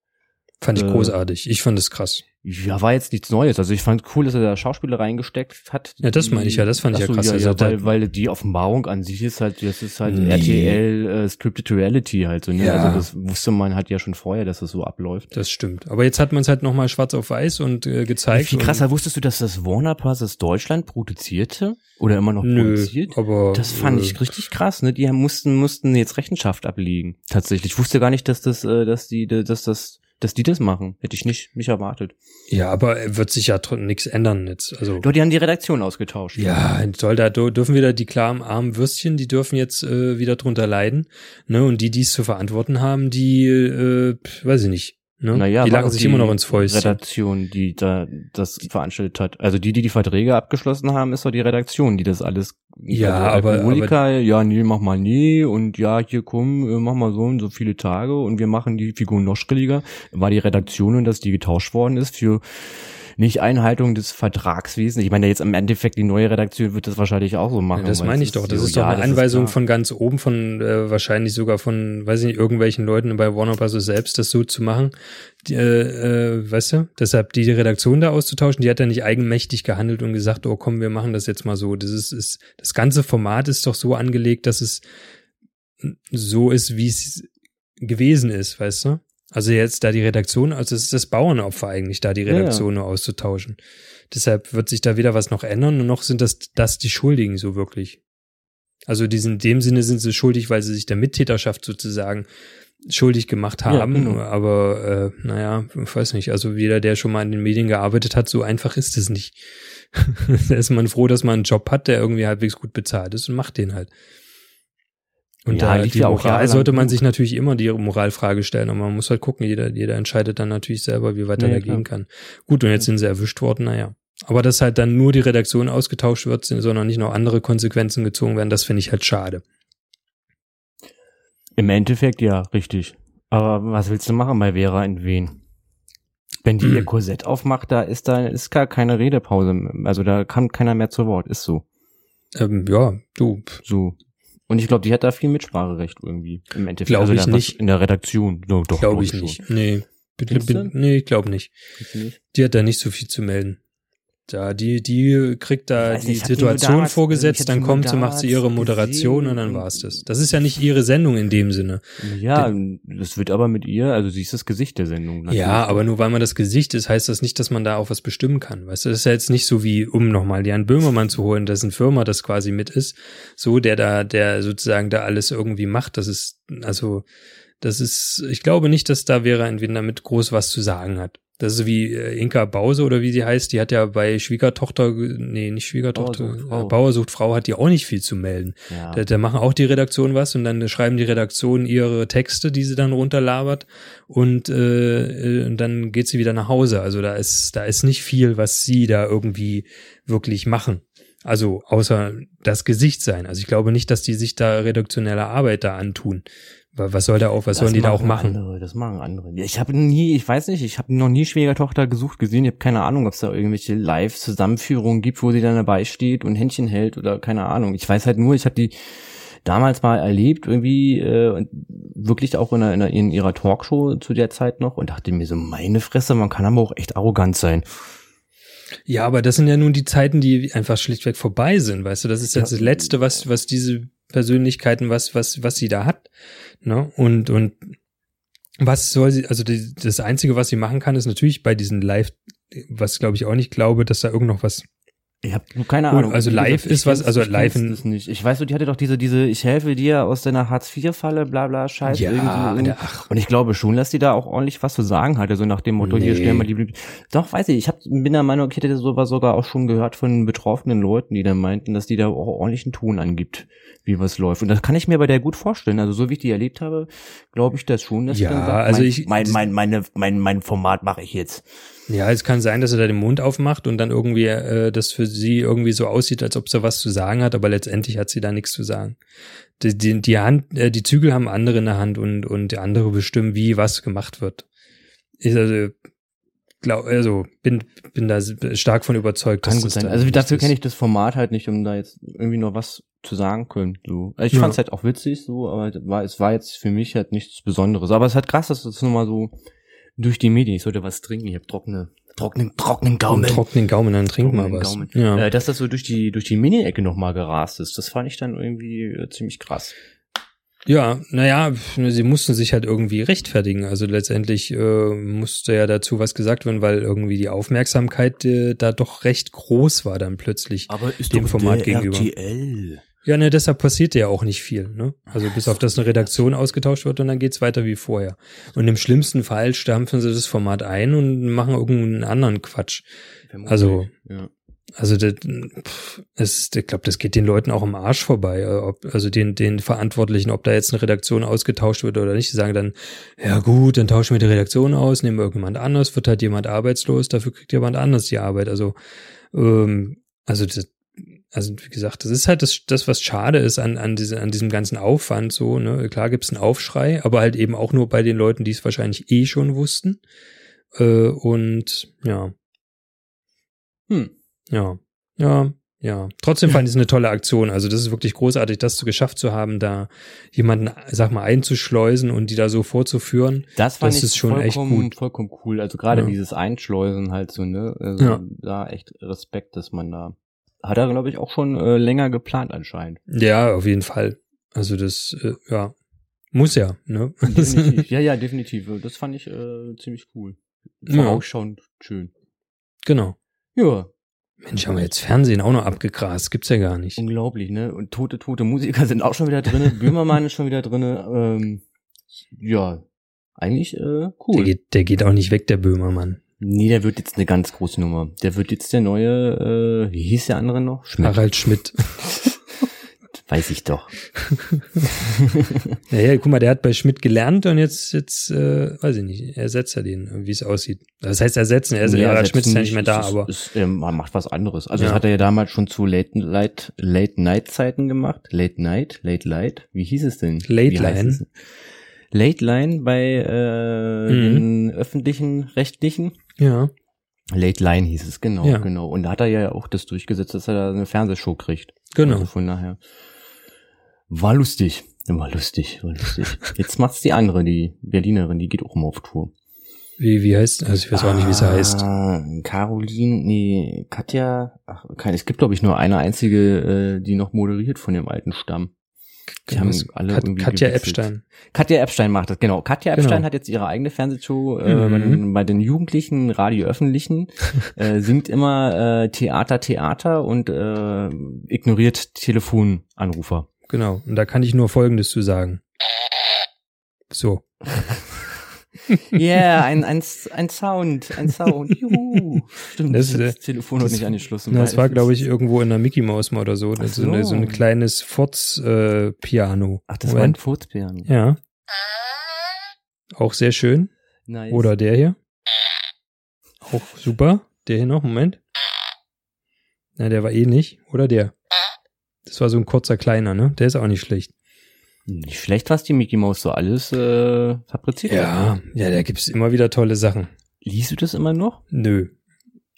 B: Fand ich
A: Äh,
B: großartig. Ich fand es krass.
A: Ja, war jetzt nichts Neues. Also ich fand cool, dass er da Schauspieler reingesteckt hat.
B: Ja, das meine ich ja, das fand ich ja
A: Ach so,
B: krass.
A: Ja,
B: Also
A: ja,
B: da-
A: weil, weil die Offenbarung an sich ist halt, das ist halt
B: Nee.
A: RTL äh, Scripted Reality halt so. Ne?
B: Ja.
A: Also das wusste man halt ja schon vorher, dass das so abläuft.
B: Das stimmt. Aber jetzt hat man es halt nochmal schwarz auf weiß und äh, gezeigt.
A: Viel krasser, wusstest du, dass das Warner Bros. das Deutschland produzierte? Oder immer noch
B: und, nö,
A: produziert?
B: aber
A: Das fand
B: äh,
A: ich richtig krass, ne? Die haben- mussten, mussten jetzt Rechenschaft ablegen. Tatsächlich. Ich wusste gar nicht, dass das, äh, dass die, dass das, dass die das machen. Hätte ich nicht, nicht erwartet.
B: Ja, aber äh, wird sich ja nichts ändern jetzt. Also
A: Doch, die haben die Redaktion ausgetauscht.
B: ja, toll, da dür- dürfen wieder die klaren armen Würstchen, die dürfen jetzt äh, wieder drunter leiden. Ne? Und die, die es zu verantworten haben, die, äh, pf, weiß ich nicht. Ne?
A: Naja,
B: die
A: war
B: lagen
A: auch
B: sich
A: die
B: immer noch ins Fäustchen.
A: Redaktion, die da das veranstaltet hat. Also die, die die Verträge abgeschlossen haben, ist doch die Redaktion, die das alles.
B: Ja,
A: also
B: aber-
A: Alkoholiker, ja, nee, mach mal nie und ja, hier komm, äh, mach mal so und so viele Tage und wir machen die Figuren noch schrilliger. War die Redaktion und dass die getauscht worden ist für nicht Einhaltung des Vertragswesens. Ich meine, jetzt im Endeffekt die neue Redaktion wird das wahrscheinlich auch so machen.
B: Ja, das
A: weil
B: meine
A: es
B: ich doch. Das
A: so,
B: ist doch
A: ja,
B: eine
A: das ist
B: Anweisung
A: klar.
B: von ganz oben, von äh, wahrscheinlich sogar von, weiß ich nicht, irgendwelchen Leuten bei Warner Bros. selbst, das so zu machen. Die, äh, äh, weißt du? Deshalb die Redaktion da auszutauschen, die hat ja nicht eigenmächtig gehandelt und gesagt, oh komm, wir machen das jetzt mal so. Das ist, ist das ganze Format ist doch so angelegt, dass es so ist, wie es gewesen ist, weißt du? Also jetzt da die Redaktion, also es ist das Bauernopfer eigentlich, da die
A: Ja, ja.
B: Redaktion nur auszutauschen. Deshalb wird sich da weder was noch ändern, und noch sind das, das die Schuldigen so wirklich. Also diesen, in dem Sinne sind sie schuldig, weil sie sich der Mittäterschaft sozusagen schuldig gemacht
A: Ja,
B: haben.
A: genau.
B: Aber äh, naja, ich weiß nicht. Also jeder, der schon mal in den Medien gearbeitet hat, so einfach ist es nicht. da ist man froh, dass man einen Job hat, der irgendwie halbwegs gut bezahlt ist und macht den halt. Und
A: Ja,
B: da
A: liegt
B: die
A: ja auch
B: Moral
A: jahrelang
B: sollte man
A: gut.
B: sich natürlich immer die Moralfrage stellen, aber man muss halt gucken, jeder, jeder entscheidet dann natürlich selber, wie weit er
A: Nee,
B: da
A: klar.
B: gehen kann. Gut, und jetzt sind sie erwischt worden, naja. Aber dass halt dann nur die Redaktion ausgetauscht wird, sondern nicht noch andere Konsequenzen gezogen werden, das finde ich halt schade.
A: Im Endeffekt ja, richtig. Aber was willst du machen bei Vera in Wien? Wenn die
B: Hm.
A: ihr Korsett aufmacht, da ist da ist gar keine Redepause. Also da kann keiner mehr zu Wort. Ist so.
B: Ähm, ja, du, pf,
A: So. Und ich glaube, die hat da viel Mitspracherecht irgendwie im Endeffekt.
B: Glaub
A: also
B: ich
A: da was
B: nicht.
A: In der Redaktion. No, doch,
B: glaube ich
A: schon.
B: nicht. Nee, bitte,
A: Findest
B: bitte,
A: du?
B: nee, ich glaube nicht.
A: Findest du nicht?
B: Die hat da nicht so viel zu melden. Da, die, die kriegt da
A: Ich weiß
B: die
A: nicht, ich hab die nur
B: Situation
A: damals- ich
B: vorgesetzt,
A: hab
B: dann
A: die
B: kommt
A: nur
B: sie, macht sie ihre
A: damals
B: Moderation
A: gesehen
B: und dann
A: und-
B: war's das. Das ist ja nicht ihre Sendung in dem Sinne.
A: Ja, das wird aber mit ihr, also sie ist das Gesicht der Sendung. natürlich.
B: Ja, aber nur weil man das Gesicht ist, heißt das nicht, dass man da auch was bestimmen kann. Weißt du, das ist ja jetzt nicht so wie, um nochmal Jan Böhmermann zu holen, dessen Firma das quasi mit ist, so der da, der sozusagen da alles irgendwie macht. Das ist, also, das ist, ich glaube nicht, dass da Vera Entweder damit groß was zu sagen hat. Das ist wie äh, Inka Bause oder wie sie heißt, die hat ja bei Schwiegertochter, ge- nee, nicht Schwiegertochter, äh,
A: Bauer sucht Frau.
B: Bauersucht Frau, Bauer sucht Frau hat die auch nicht viel zu melden.
A: Ja.
B: Da, da machen auch die Redaktion was und dann schreiben die Redaktion ihre Texte, die sie dann runterlabert und, äh, äh, und dann geht sie wieder nach Hause. Also da ist, da ist nicht viel, was sie da irgendwie wirklich machen. Also außer das Gesicht sein. Also ich glaube nicht, dass die sich da redaktionelle Arbeit da antun. Wa- Was soll da auch, was sollen die da auch machen?
A: Andere, das machen andere. Ich habe nie, ich weiß nicht, ich habe noch nie Schwiegertochter gesucht gesehen. Ich habe keine Ahnung, ob es da irgendwelche Live-Zusammenführungen gibt, wo sie dann dabei steht und Händchen hält oder keine Ahnung. Ich weiß halt nur, ich habe die damals mal erlebt, irgendwie äh, und wirklich auch in, einer, in, einer, in ihrer Talkshow zu der Zeit noch und dachte mir so, meine Fresse, man kann aber auch echt arrogant sein.
B: Ja, aber das sind ja nun die Zeiten, die einfach schlichtweg vorbei sind, weißt du, das ist jetzt
A: Ja.
B: das Letzte, was, was diese Persönlichkeiten, was, was, was sie da hat, ne, und, und was soll sie, also die, das Einzige, was sie machen kann, ist natürlich bei diesen Live, was glaube ich auch nicht glaube, dass da irgend noch was
A: Ich habe keine
B: Gut,
A: Ahnung.
B: also
A: Wie
B: live
A: ich
B: ist was-
A: kenn's-
B: also
A: ich
B: live
A: kenn's
B: in-
A: das nicht. Ich weiß, so, die hatte doch diese, diese, ich helfe dir aus deiner Hartz-IV-Falle, bla bla, Scheiß. irgendwie.
B: der- ach,
A: Und ich glaube schon, dass die da auch ordentlich was zu sagen hatte, so nach dem Motto, hier
B: Nee.
A: stellen wir die. Doch, weiß ich, ich hab, bin der Meinung, ich hätte sowas sogar auch schon gehört von betroffenen Leuten, die da meinten, dass die da auch ordentlichen Ton angibt, wie was läuft. Und das kann ich mir bei der gut vorstellen. Also so wie ich die erlebt habe, glaube ich das schon, dass
B: Ja,
A: die dann sagt,
B: also
A: mein,
B: ich-
A: mein, mein, meine, mein, mein Format mache ich jetzt.
B: ja, es kann sein, dass er da den Mund aufmacht und dann irgendwie äh, das für sie irgendwie so aussieht, als ob sie was zu sagen hat, aber letztendlich hat sie da nichts zu sagen. Die, die, die Hand, äh, die Zügel haben andere in der Hand und und die andere bestimmen, wie was gemacht wird. Ich also glaub, also bin bin da stark von überzeugt.
A: Kann
B: dass
A: gut
B: das
A: sein.
B: da
A: Also
B: nicht
A: dafür
B: ist.
A: kenne ich das Format halt nicht, um da jetzt irgendwie noch was zu sagen können. So. Also ich
B: Ja.
A: fand's halt auch witzig so, aber es war, es war jetzt für mich halt nichts Besonderes. Aber es ist halt krass, dass das nun mal so durch die Medien. Ich sollte was trinken. Ich habe trockene, trockenen, trockenen Gaumen.
B: Und trocknen Gaumen, dann trinken wir
A: Trockenen
B: was.
A: Gaumen.
B: Ja.
A: Äh, dass das so durch die durch die Mini-Ecke nochmal gerast ist, das fand ich dann irgendwie äh, ziemlich krass.
B: Ja, naja, sie mussten sich halt irgendwie rechtfertigen. Also letztendlich äh, musste ja dazu was gesagt werden, weil irgendwie die Aufmerksamkeit äh, da doch recht groß war dann plötzlich.
A: Aber ist
B: Dem doch Format der gegenüber.
A: RTL.
B: Ja, ne, deshalb passiert ja auch nicht viel. Ne? Also bis auf das eine Redaktion ausgetauscht wird und dann geht's weiter wie vorher. Und im schlimmsten Fall stampfen sie das Format ein und machen irgendeinen anderen Quatsch. Also-
A: ja.
B: Also das, pff, es, ich glaube, das geht den Leuten auch im Arsch vorbei, äh, ob, also den, den Verantwortlichen, ob da jetzt eine Redaktion ausgetauscht wird oder nicht. Die sagen dann, ja gut, dann tauschen wir die Redaktion aus, nehmen wir irgendjemand anders, wird halt jemand arbeitslos, dafür kriegt jemand anders die Arbeit. Also, ähm, also das, also wie gesagt, das ist halt das, das was schade ist an, an, diese, an diesem ganzen Aufwand so. Ne? Klar gibt's einen Aufschrei, aber halt eben auch nur bei den Leuten, die es wahrscheinlich eh schon wussten. Äh, und ja.
A: Hm.
B: Ja, ja, ja. Trotzdem fand ich es eine tolle Aktion. Also das ist wirklich großartig, das zu geschafft zu haben, da jemanden, sag mal, einzuschleusen und die da so vorzuführen.
A: Das fand
B: Das
A: ich
B: ist schon echt
A: vollkommen,
B: gut.
A: vollkommen cool. Also gerade
B: Ja.
A: dieses Einschleusen halt so, ne? Also
B: Ja.
A: da echt Respekt, dass man da. Hat er, glaube ich, auch schon äh, länger geplant anscheinend.
B: Ja, auf jeden Fall. Also das, äh, ja, muss ja. Ne?
A: Definitiv. ja, ja, definitiv. Das fand ich äh, ziemlich cool.
B: Ja.
A: Vorausschauend schön.
B: genau.
A: Ja,
B: Mensch, haben wir jetzt Fernsehen auch noch abgegrast? Gibt's ja gar nicht.
A: unglaublich, ne? Und tote, tote Musiker sind auch schon wieder drinne. Böhmermann ist schon wieder drinne. Ähm, ja, eigentlich äh,
B: Der
A: cool.
B: geht, der geht auch nicht weg, der Böhmermann.
A: nee, der wird jetzt eine ganz große Nummer. Der wird jetzt der neue, äh, wie hieß der andere noch? Schmidt.
B: Harald Schmidt.
A: Weiß ich doch.
B: Naja, guck mal, der hat bei Schmidt gelernt und jetzt, jetzt, äh, weiß ich nicht, ersetzt er den, wie es aussieht. Das heißt ersetzen, er ist,
A: Nee,
B: Harald
A: selbst
B: Schmidt Also ist ja nicht mehr da,
A: Es ist,
B: aber.
A: Ist, ähm, man macht was anderes. Also
B: Ja.
A: das hat er ja damals schon zu Late Light, Late Night Zeiten gemacht. Late Night, Late Light. Wie hieß es denn?
B: Late
A: Wie heißt
B: Line.
A: es? Late Line bei äh,
B: Mhm.
A: den öffentlichen, rechtlichen.
B: Ja.
A: Late Line hieß es, genau,
B: Ja.
A: genau. Und da hat er ja auch das durchgesetzt, dass er da eine Fernsehshow kriegt. Also
B: Genau.
A: von daher. War lustig. War lustig, war lustig. Jetzt macht's die andere, die Berlinerin, die geht auch immer auf Tour.
B: Wie, wie heißt, also ich weiß auch nicht, wie sie heißt.
A: Ah, Caroline, nee, Katja. Ach, kein, es gibt, glaube ich, nur eine einzige, äh, die noch moderiert von dem alten Stamm. Die haben
B: Was?
A: alle
B: Genau, Kat
A: irgendwie
B: Katja
A: gewechselt.
B: Epstein.
A: Katja Epstein macht das, genau. Katja
B: Genau. Mhm.
A: Epstein hat jetzt ihre eigene Fernsehshow äh, bei, den, bei den Jugendlichen, Radio Öffentlichen, äh, singt immer äh, Theater, Theater und äh, ignoriert Telefonanrufer.
B: Genau. Und da kann ich nur Folgendes zu sagen. So.
A: Yeah, ein, ein, ein Sound, ein Sound. Juhu. Stimmt,
B: Das ist, äh,
A: Telefon hat
B: das-
A: nicht angeschlossen.
B: Das war, glaube ich, irgendwo in der Mickey Mouse mal oder so. Das
A: Ach
B: so. Eine,
A: so.
B: so ein kleines Fotz-Piano.
A: Ach, das war ein Furzbären.
B: Ja. Auch sehr schön.
A: Nice.
B: Oder der hier. Auch super. Der hier noch, Moment. Na, der war eh nicht. Oder der. Das war so ein kurzer kleiner, ne? Der ist auch nicht schlecht.
A: Nicht schlecht, was die Mickey Mouse so alles äh, fabriziert hat.
B: Ja,
A: ne?
B: ja, da gibt's immer wieder tolle Sachen.
A: Liest du das immer noch?
B: Nö.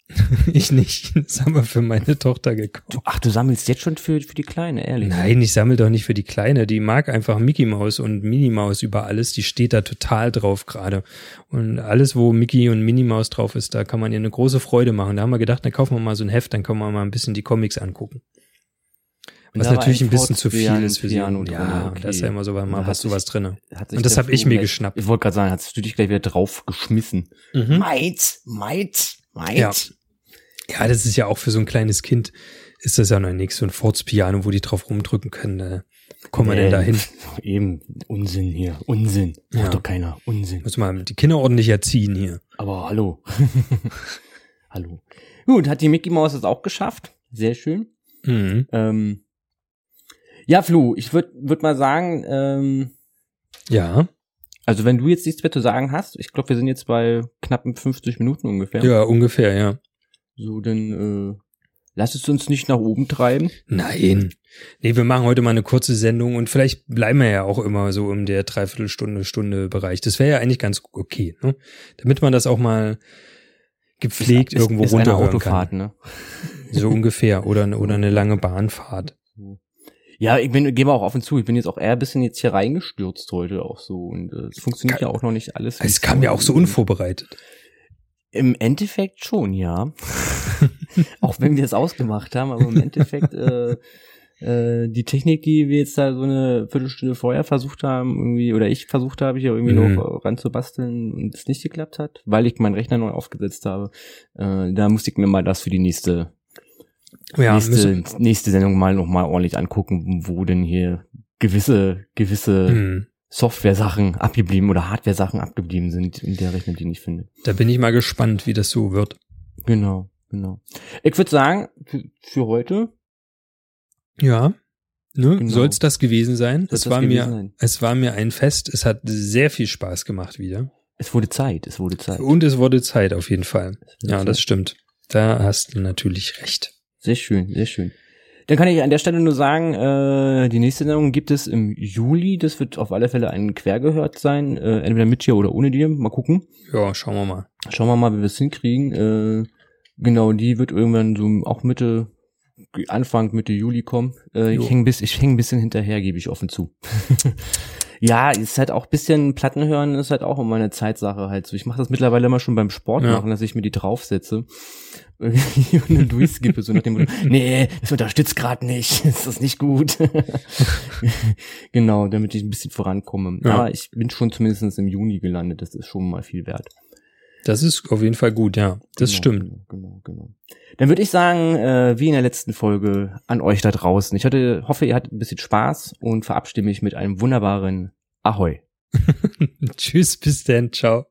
B: Ich nicht. Das haben wir für meine Tochter
A: Du,
B: gekauft.
A: ach, du sammelst jetzt schon für, für die Kleine, ehrlich.
B: Nein, ich sammle doch nicht für die Kleine. Die mag einfach Mickey Maus und Minnie Maus über alles. Die steht da total drauf gerade. Und alles, wo Mickey und Minnie Maus drauf ist, da kann man ihr eine große Freude machen. Da haben wir gedacht, dann kaufen wir mal so ein Heft, dann können wir mal ein bisschen die Comics angucken.
A: Und
B: Was
A: da war
B: natürlich ein bisschen zu viel
A: Fortbeeren-
B: ist für sie.
A: Piano drin,
B: Ja,
A: okay.
B: da ist ja immer so mal
A: Da hat
B: was
A: sich-
B: sowas drinne.
A: Hat sich
B: Und das
A: der
B: habe ich
A: Vogel
B: mir
A: gleich-
B: geschnappt.
A: Ich wollte gerade sagen, hast du dich gleich wieder drauf geschmissen.
B: Mhm.
A: Meins, meins, meins.
B: Ja. Ja, das ist ja auch für so ein kleines Kind, ist das ja noch nichts. So ein Forts-Piano, wo die drauf rumdrücken können, da kommen wir
A: Nee.
B: denn da hin?
A: Ähm, Eben, Unsinn hier, Unsinn.
B: Ja.
A: Macht doch keiner, Unsinn.
B: Muss man die Kinder ordentlich erziehen hier.
A: Aber hallo. hallo. Gut, hat die Mickey Mouse das auch geschafft. Sehr schön.
B: Mhm.
A: Ähm, ja, Flo, ich würde würd mal sagen, ähm,
B: Ja,
A: also wenn du jetzt nichts mehr zu sagen hast, ich glaube, wir sind jetzt bei knappen 50 Minuten ungefähr.
B: ja, ungefähr, ja.
A: So, dann äh, lass es uns nicht nach oben treiben.
B: Nein. Nee, wir machen heute mal eine kurze Sendung und vielleicht bleiben wir ja auch immer so im der Dreiviertelstunde, Stunde Bereich. Das wäre ja eigentlich ganz okay, ne? Damit man das auch mal gepflegt
A: Ist-
B: irgendwo
A: ist eine
B: runterhören
A: Autofahrt,
B: kann.
A: ne?
B: So ungefähr. Oder, oder eine lange Bahnfahrt.
A: Ja, ich bin, gebe auch offen zu, ich bin jetzt auch eher ein bisschen jetzt hier reingestürzt heute auch so und äh, es funktioniert
B: Kann-
A: ja auch noch nicht alles.
B: Es kam ja auch so unvorbereitet.
A: Im Endeffekt schon, ja. auch wenn wir es ausgemacht haben, aber im Endeffekt äh, äh, die Technik, die wir jetzt da so eine Viertelstunde vorher versucht haben, irgendwie, oder ich versucht habe, hier irgendwie
B: Mhm.
A: noch äh, ranzubasteln und es nicht geklappt hat, weil ich meinen Rechner neu aufgesetzt habe, äh, da musste ich mir mal das für die nächste
B: Ja, müssen,
A: nächste, nächste Sendung mal nochmal ordentlich angucken, wo denn hier gewisse, gewisse
B: hm.
A: Software-Sachen abgeblieben oder Hardware-Sachen abgeblieben sind in der Rechner, die nicht findet.
B: Da bin ich mal gespannt, wie das so wird.
A: Genau, genau. Ich würde sagen, für, für heute
B: Ja. Ne?
A: Genau.
B: Soll's das gewesen sein?
A: soll
B: es
A: das
B: war
A: gewesen
B: mir,
A: sein.
B: es war mir ein Fest. Es hat sehr viel Spaß gemacht wieder.
A: Es wurde Zeit, es wurde Zeit.
B: Und es wurde Zeit auf jeden Fall.
A: Es wurde
B: Ja,
A: Zeit.
B: das stimmt. Da hast du natürlich recht.
A: Sehr schön, sehr schön. Dann kann ich an der Stelle nur sagen, äh, die nächste Sendung gibt es im Juli. Das wird auf alle Fälle ein Quergehört sein. Äh, entweder mit dir oder ohne dir. Mal gucken.
B: Ja, schauen wir mal.
A: Schauen wir mal, wie wir es hinkriegen. Äh, genau, die wird irgendwann so auch Mitte, Anfang, Mitte Juli kommen. Äh,
B: Jo.
A: ich hänge bis, ich häng ein bisschen hinterher, gebe ich offen zu. ja, ist halt auch ein bisschen Platten hören, ist halt auch immer eine Zeitsache halt so. Ich mache das mittlerweile immer schon beim Sport
B: Ja.
A: machen, dass ich mir die draufsetze. Irgendwie und dann durchskippe, so nach dem Motto, nee, das unterstützt gerade nicht, ist das nicht gut. genau, damit ich ein bisschen vorankomme.
B: Ja.
A: Aber ich bin schon zumindest im Juni gelandet, das ist schon mal viel wert.
B: Das ist auf jeden Fall gut, ja. Das
A: Genau,
B: stimmt.
A: Genau, genau, genau. Dann würde ich sagen, äh, wie in der letzten Folge, an euch da draußen. Ich hatte, hoffe, ihr hattet ein bisschen Spaß und verabschiede mich mit einem wunderbaren Ahoi.
B: Tschüss, bis dann, ciao.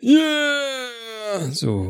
B: Yeah! So.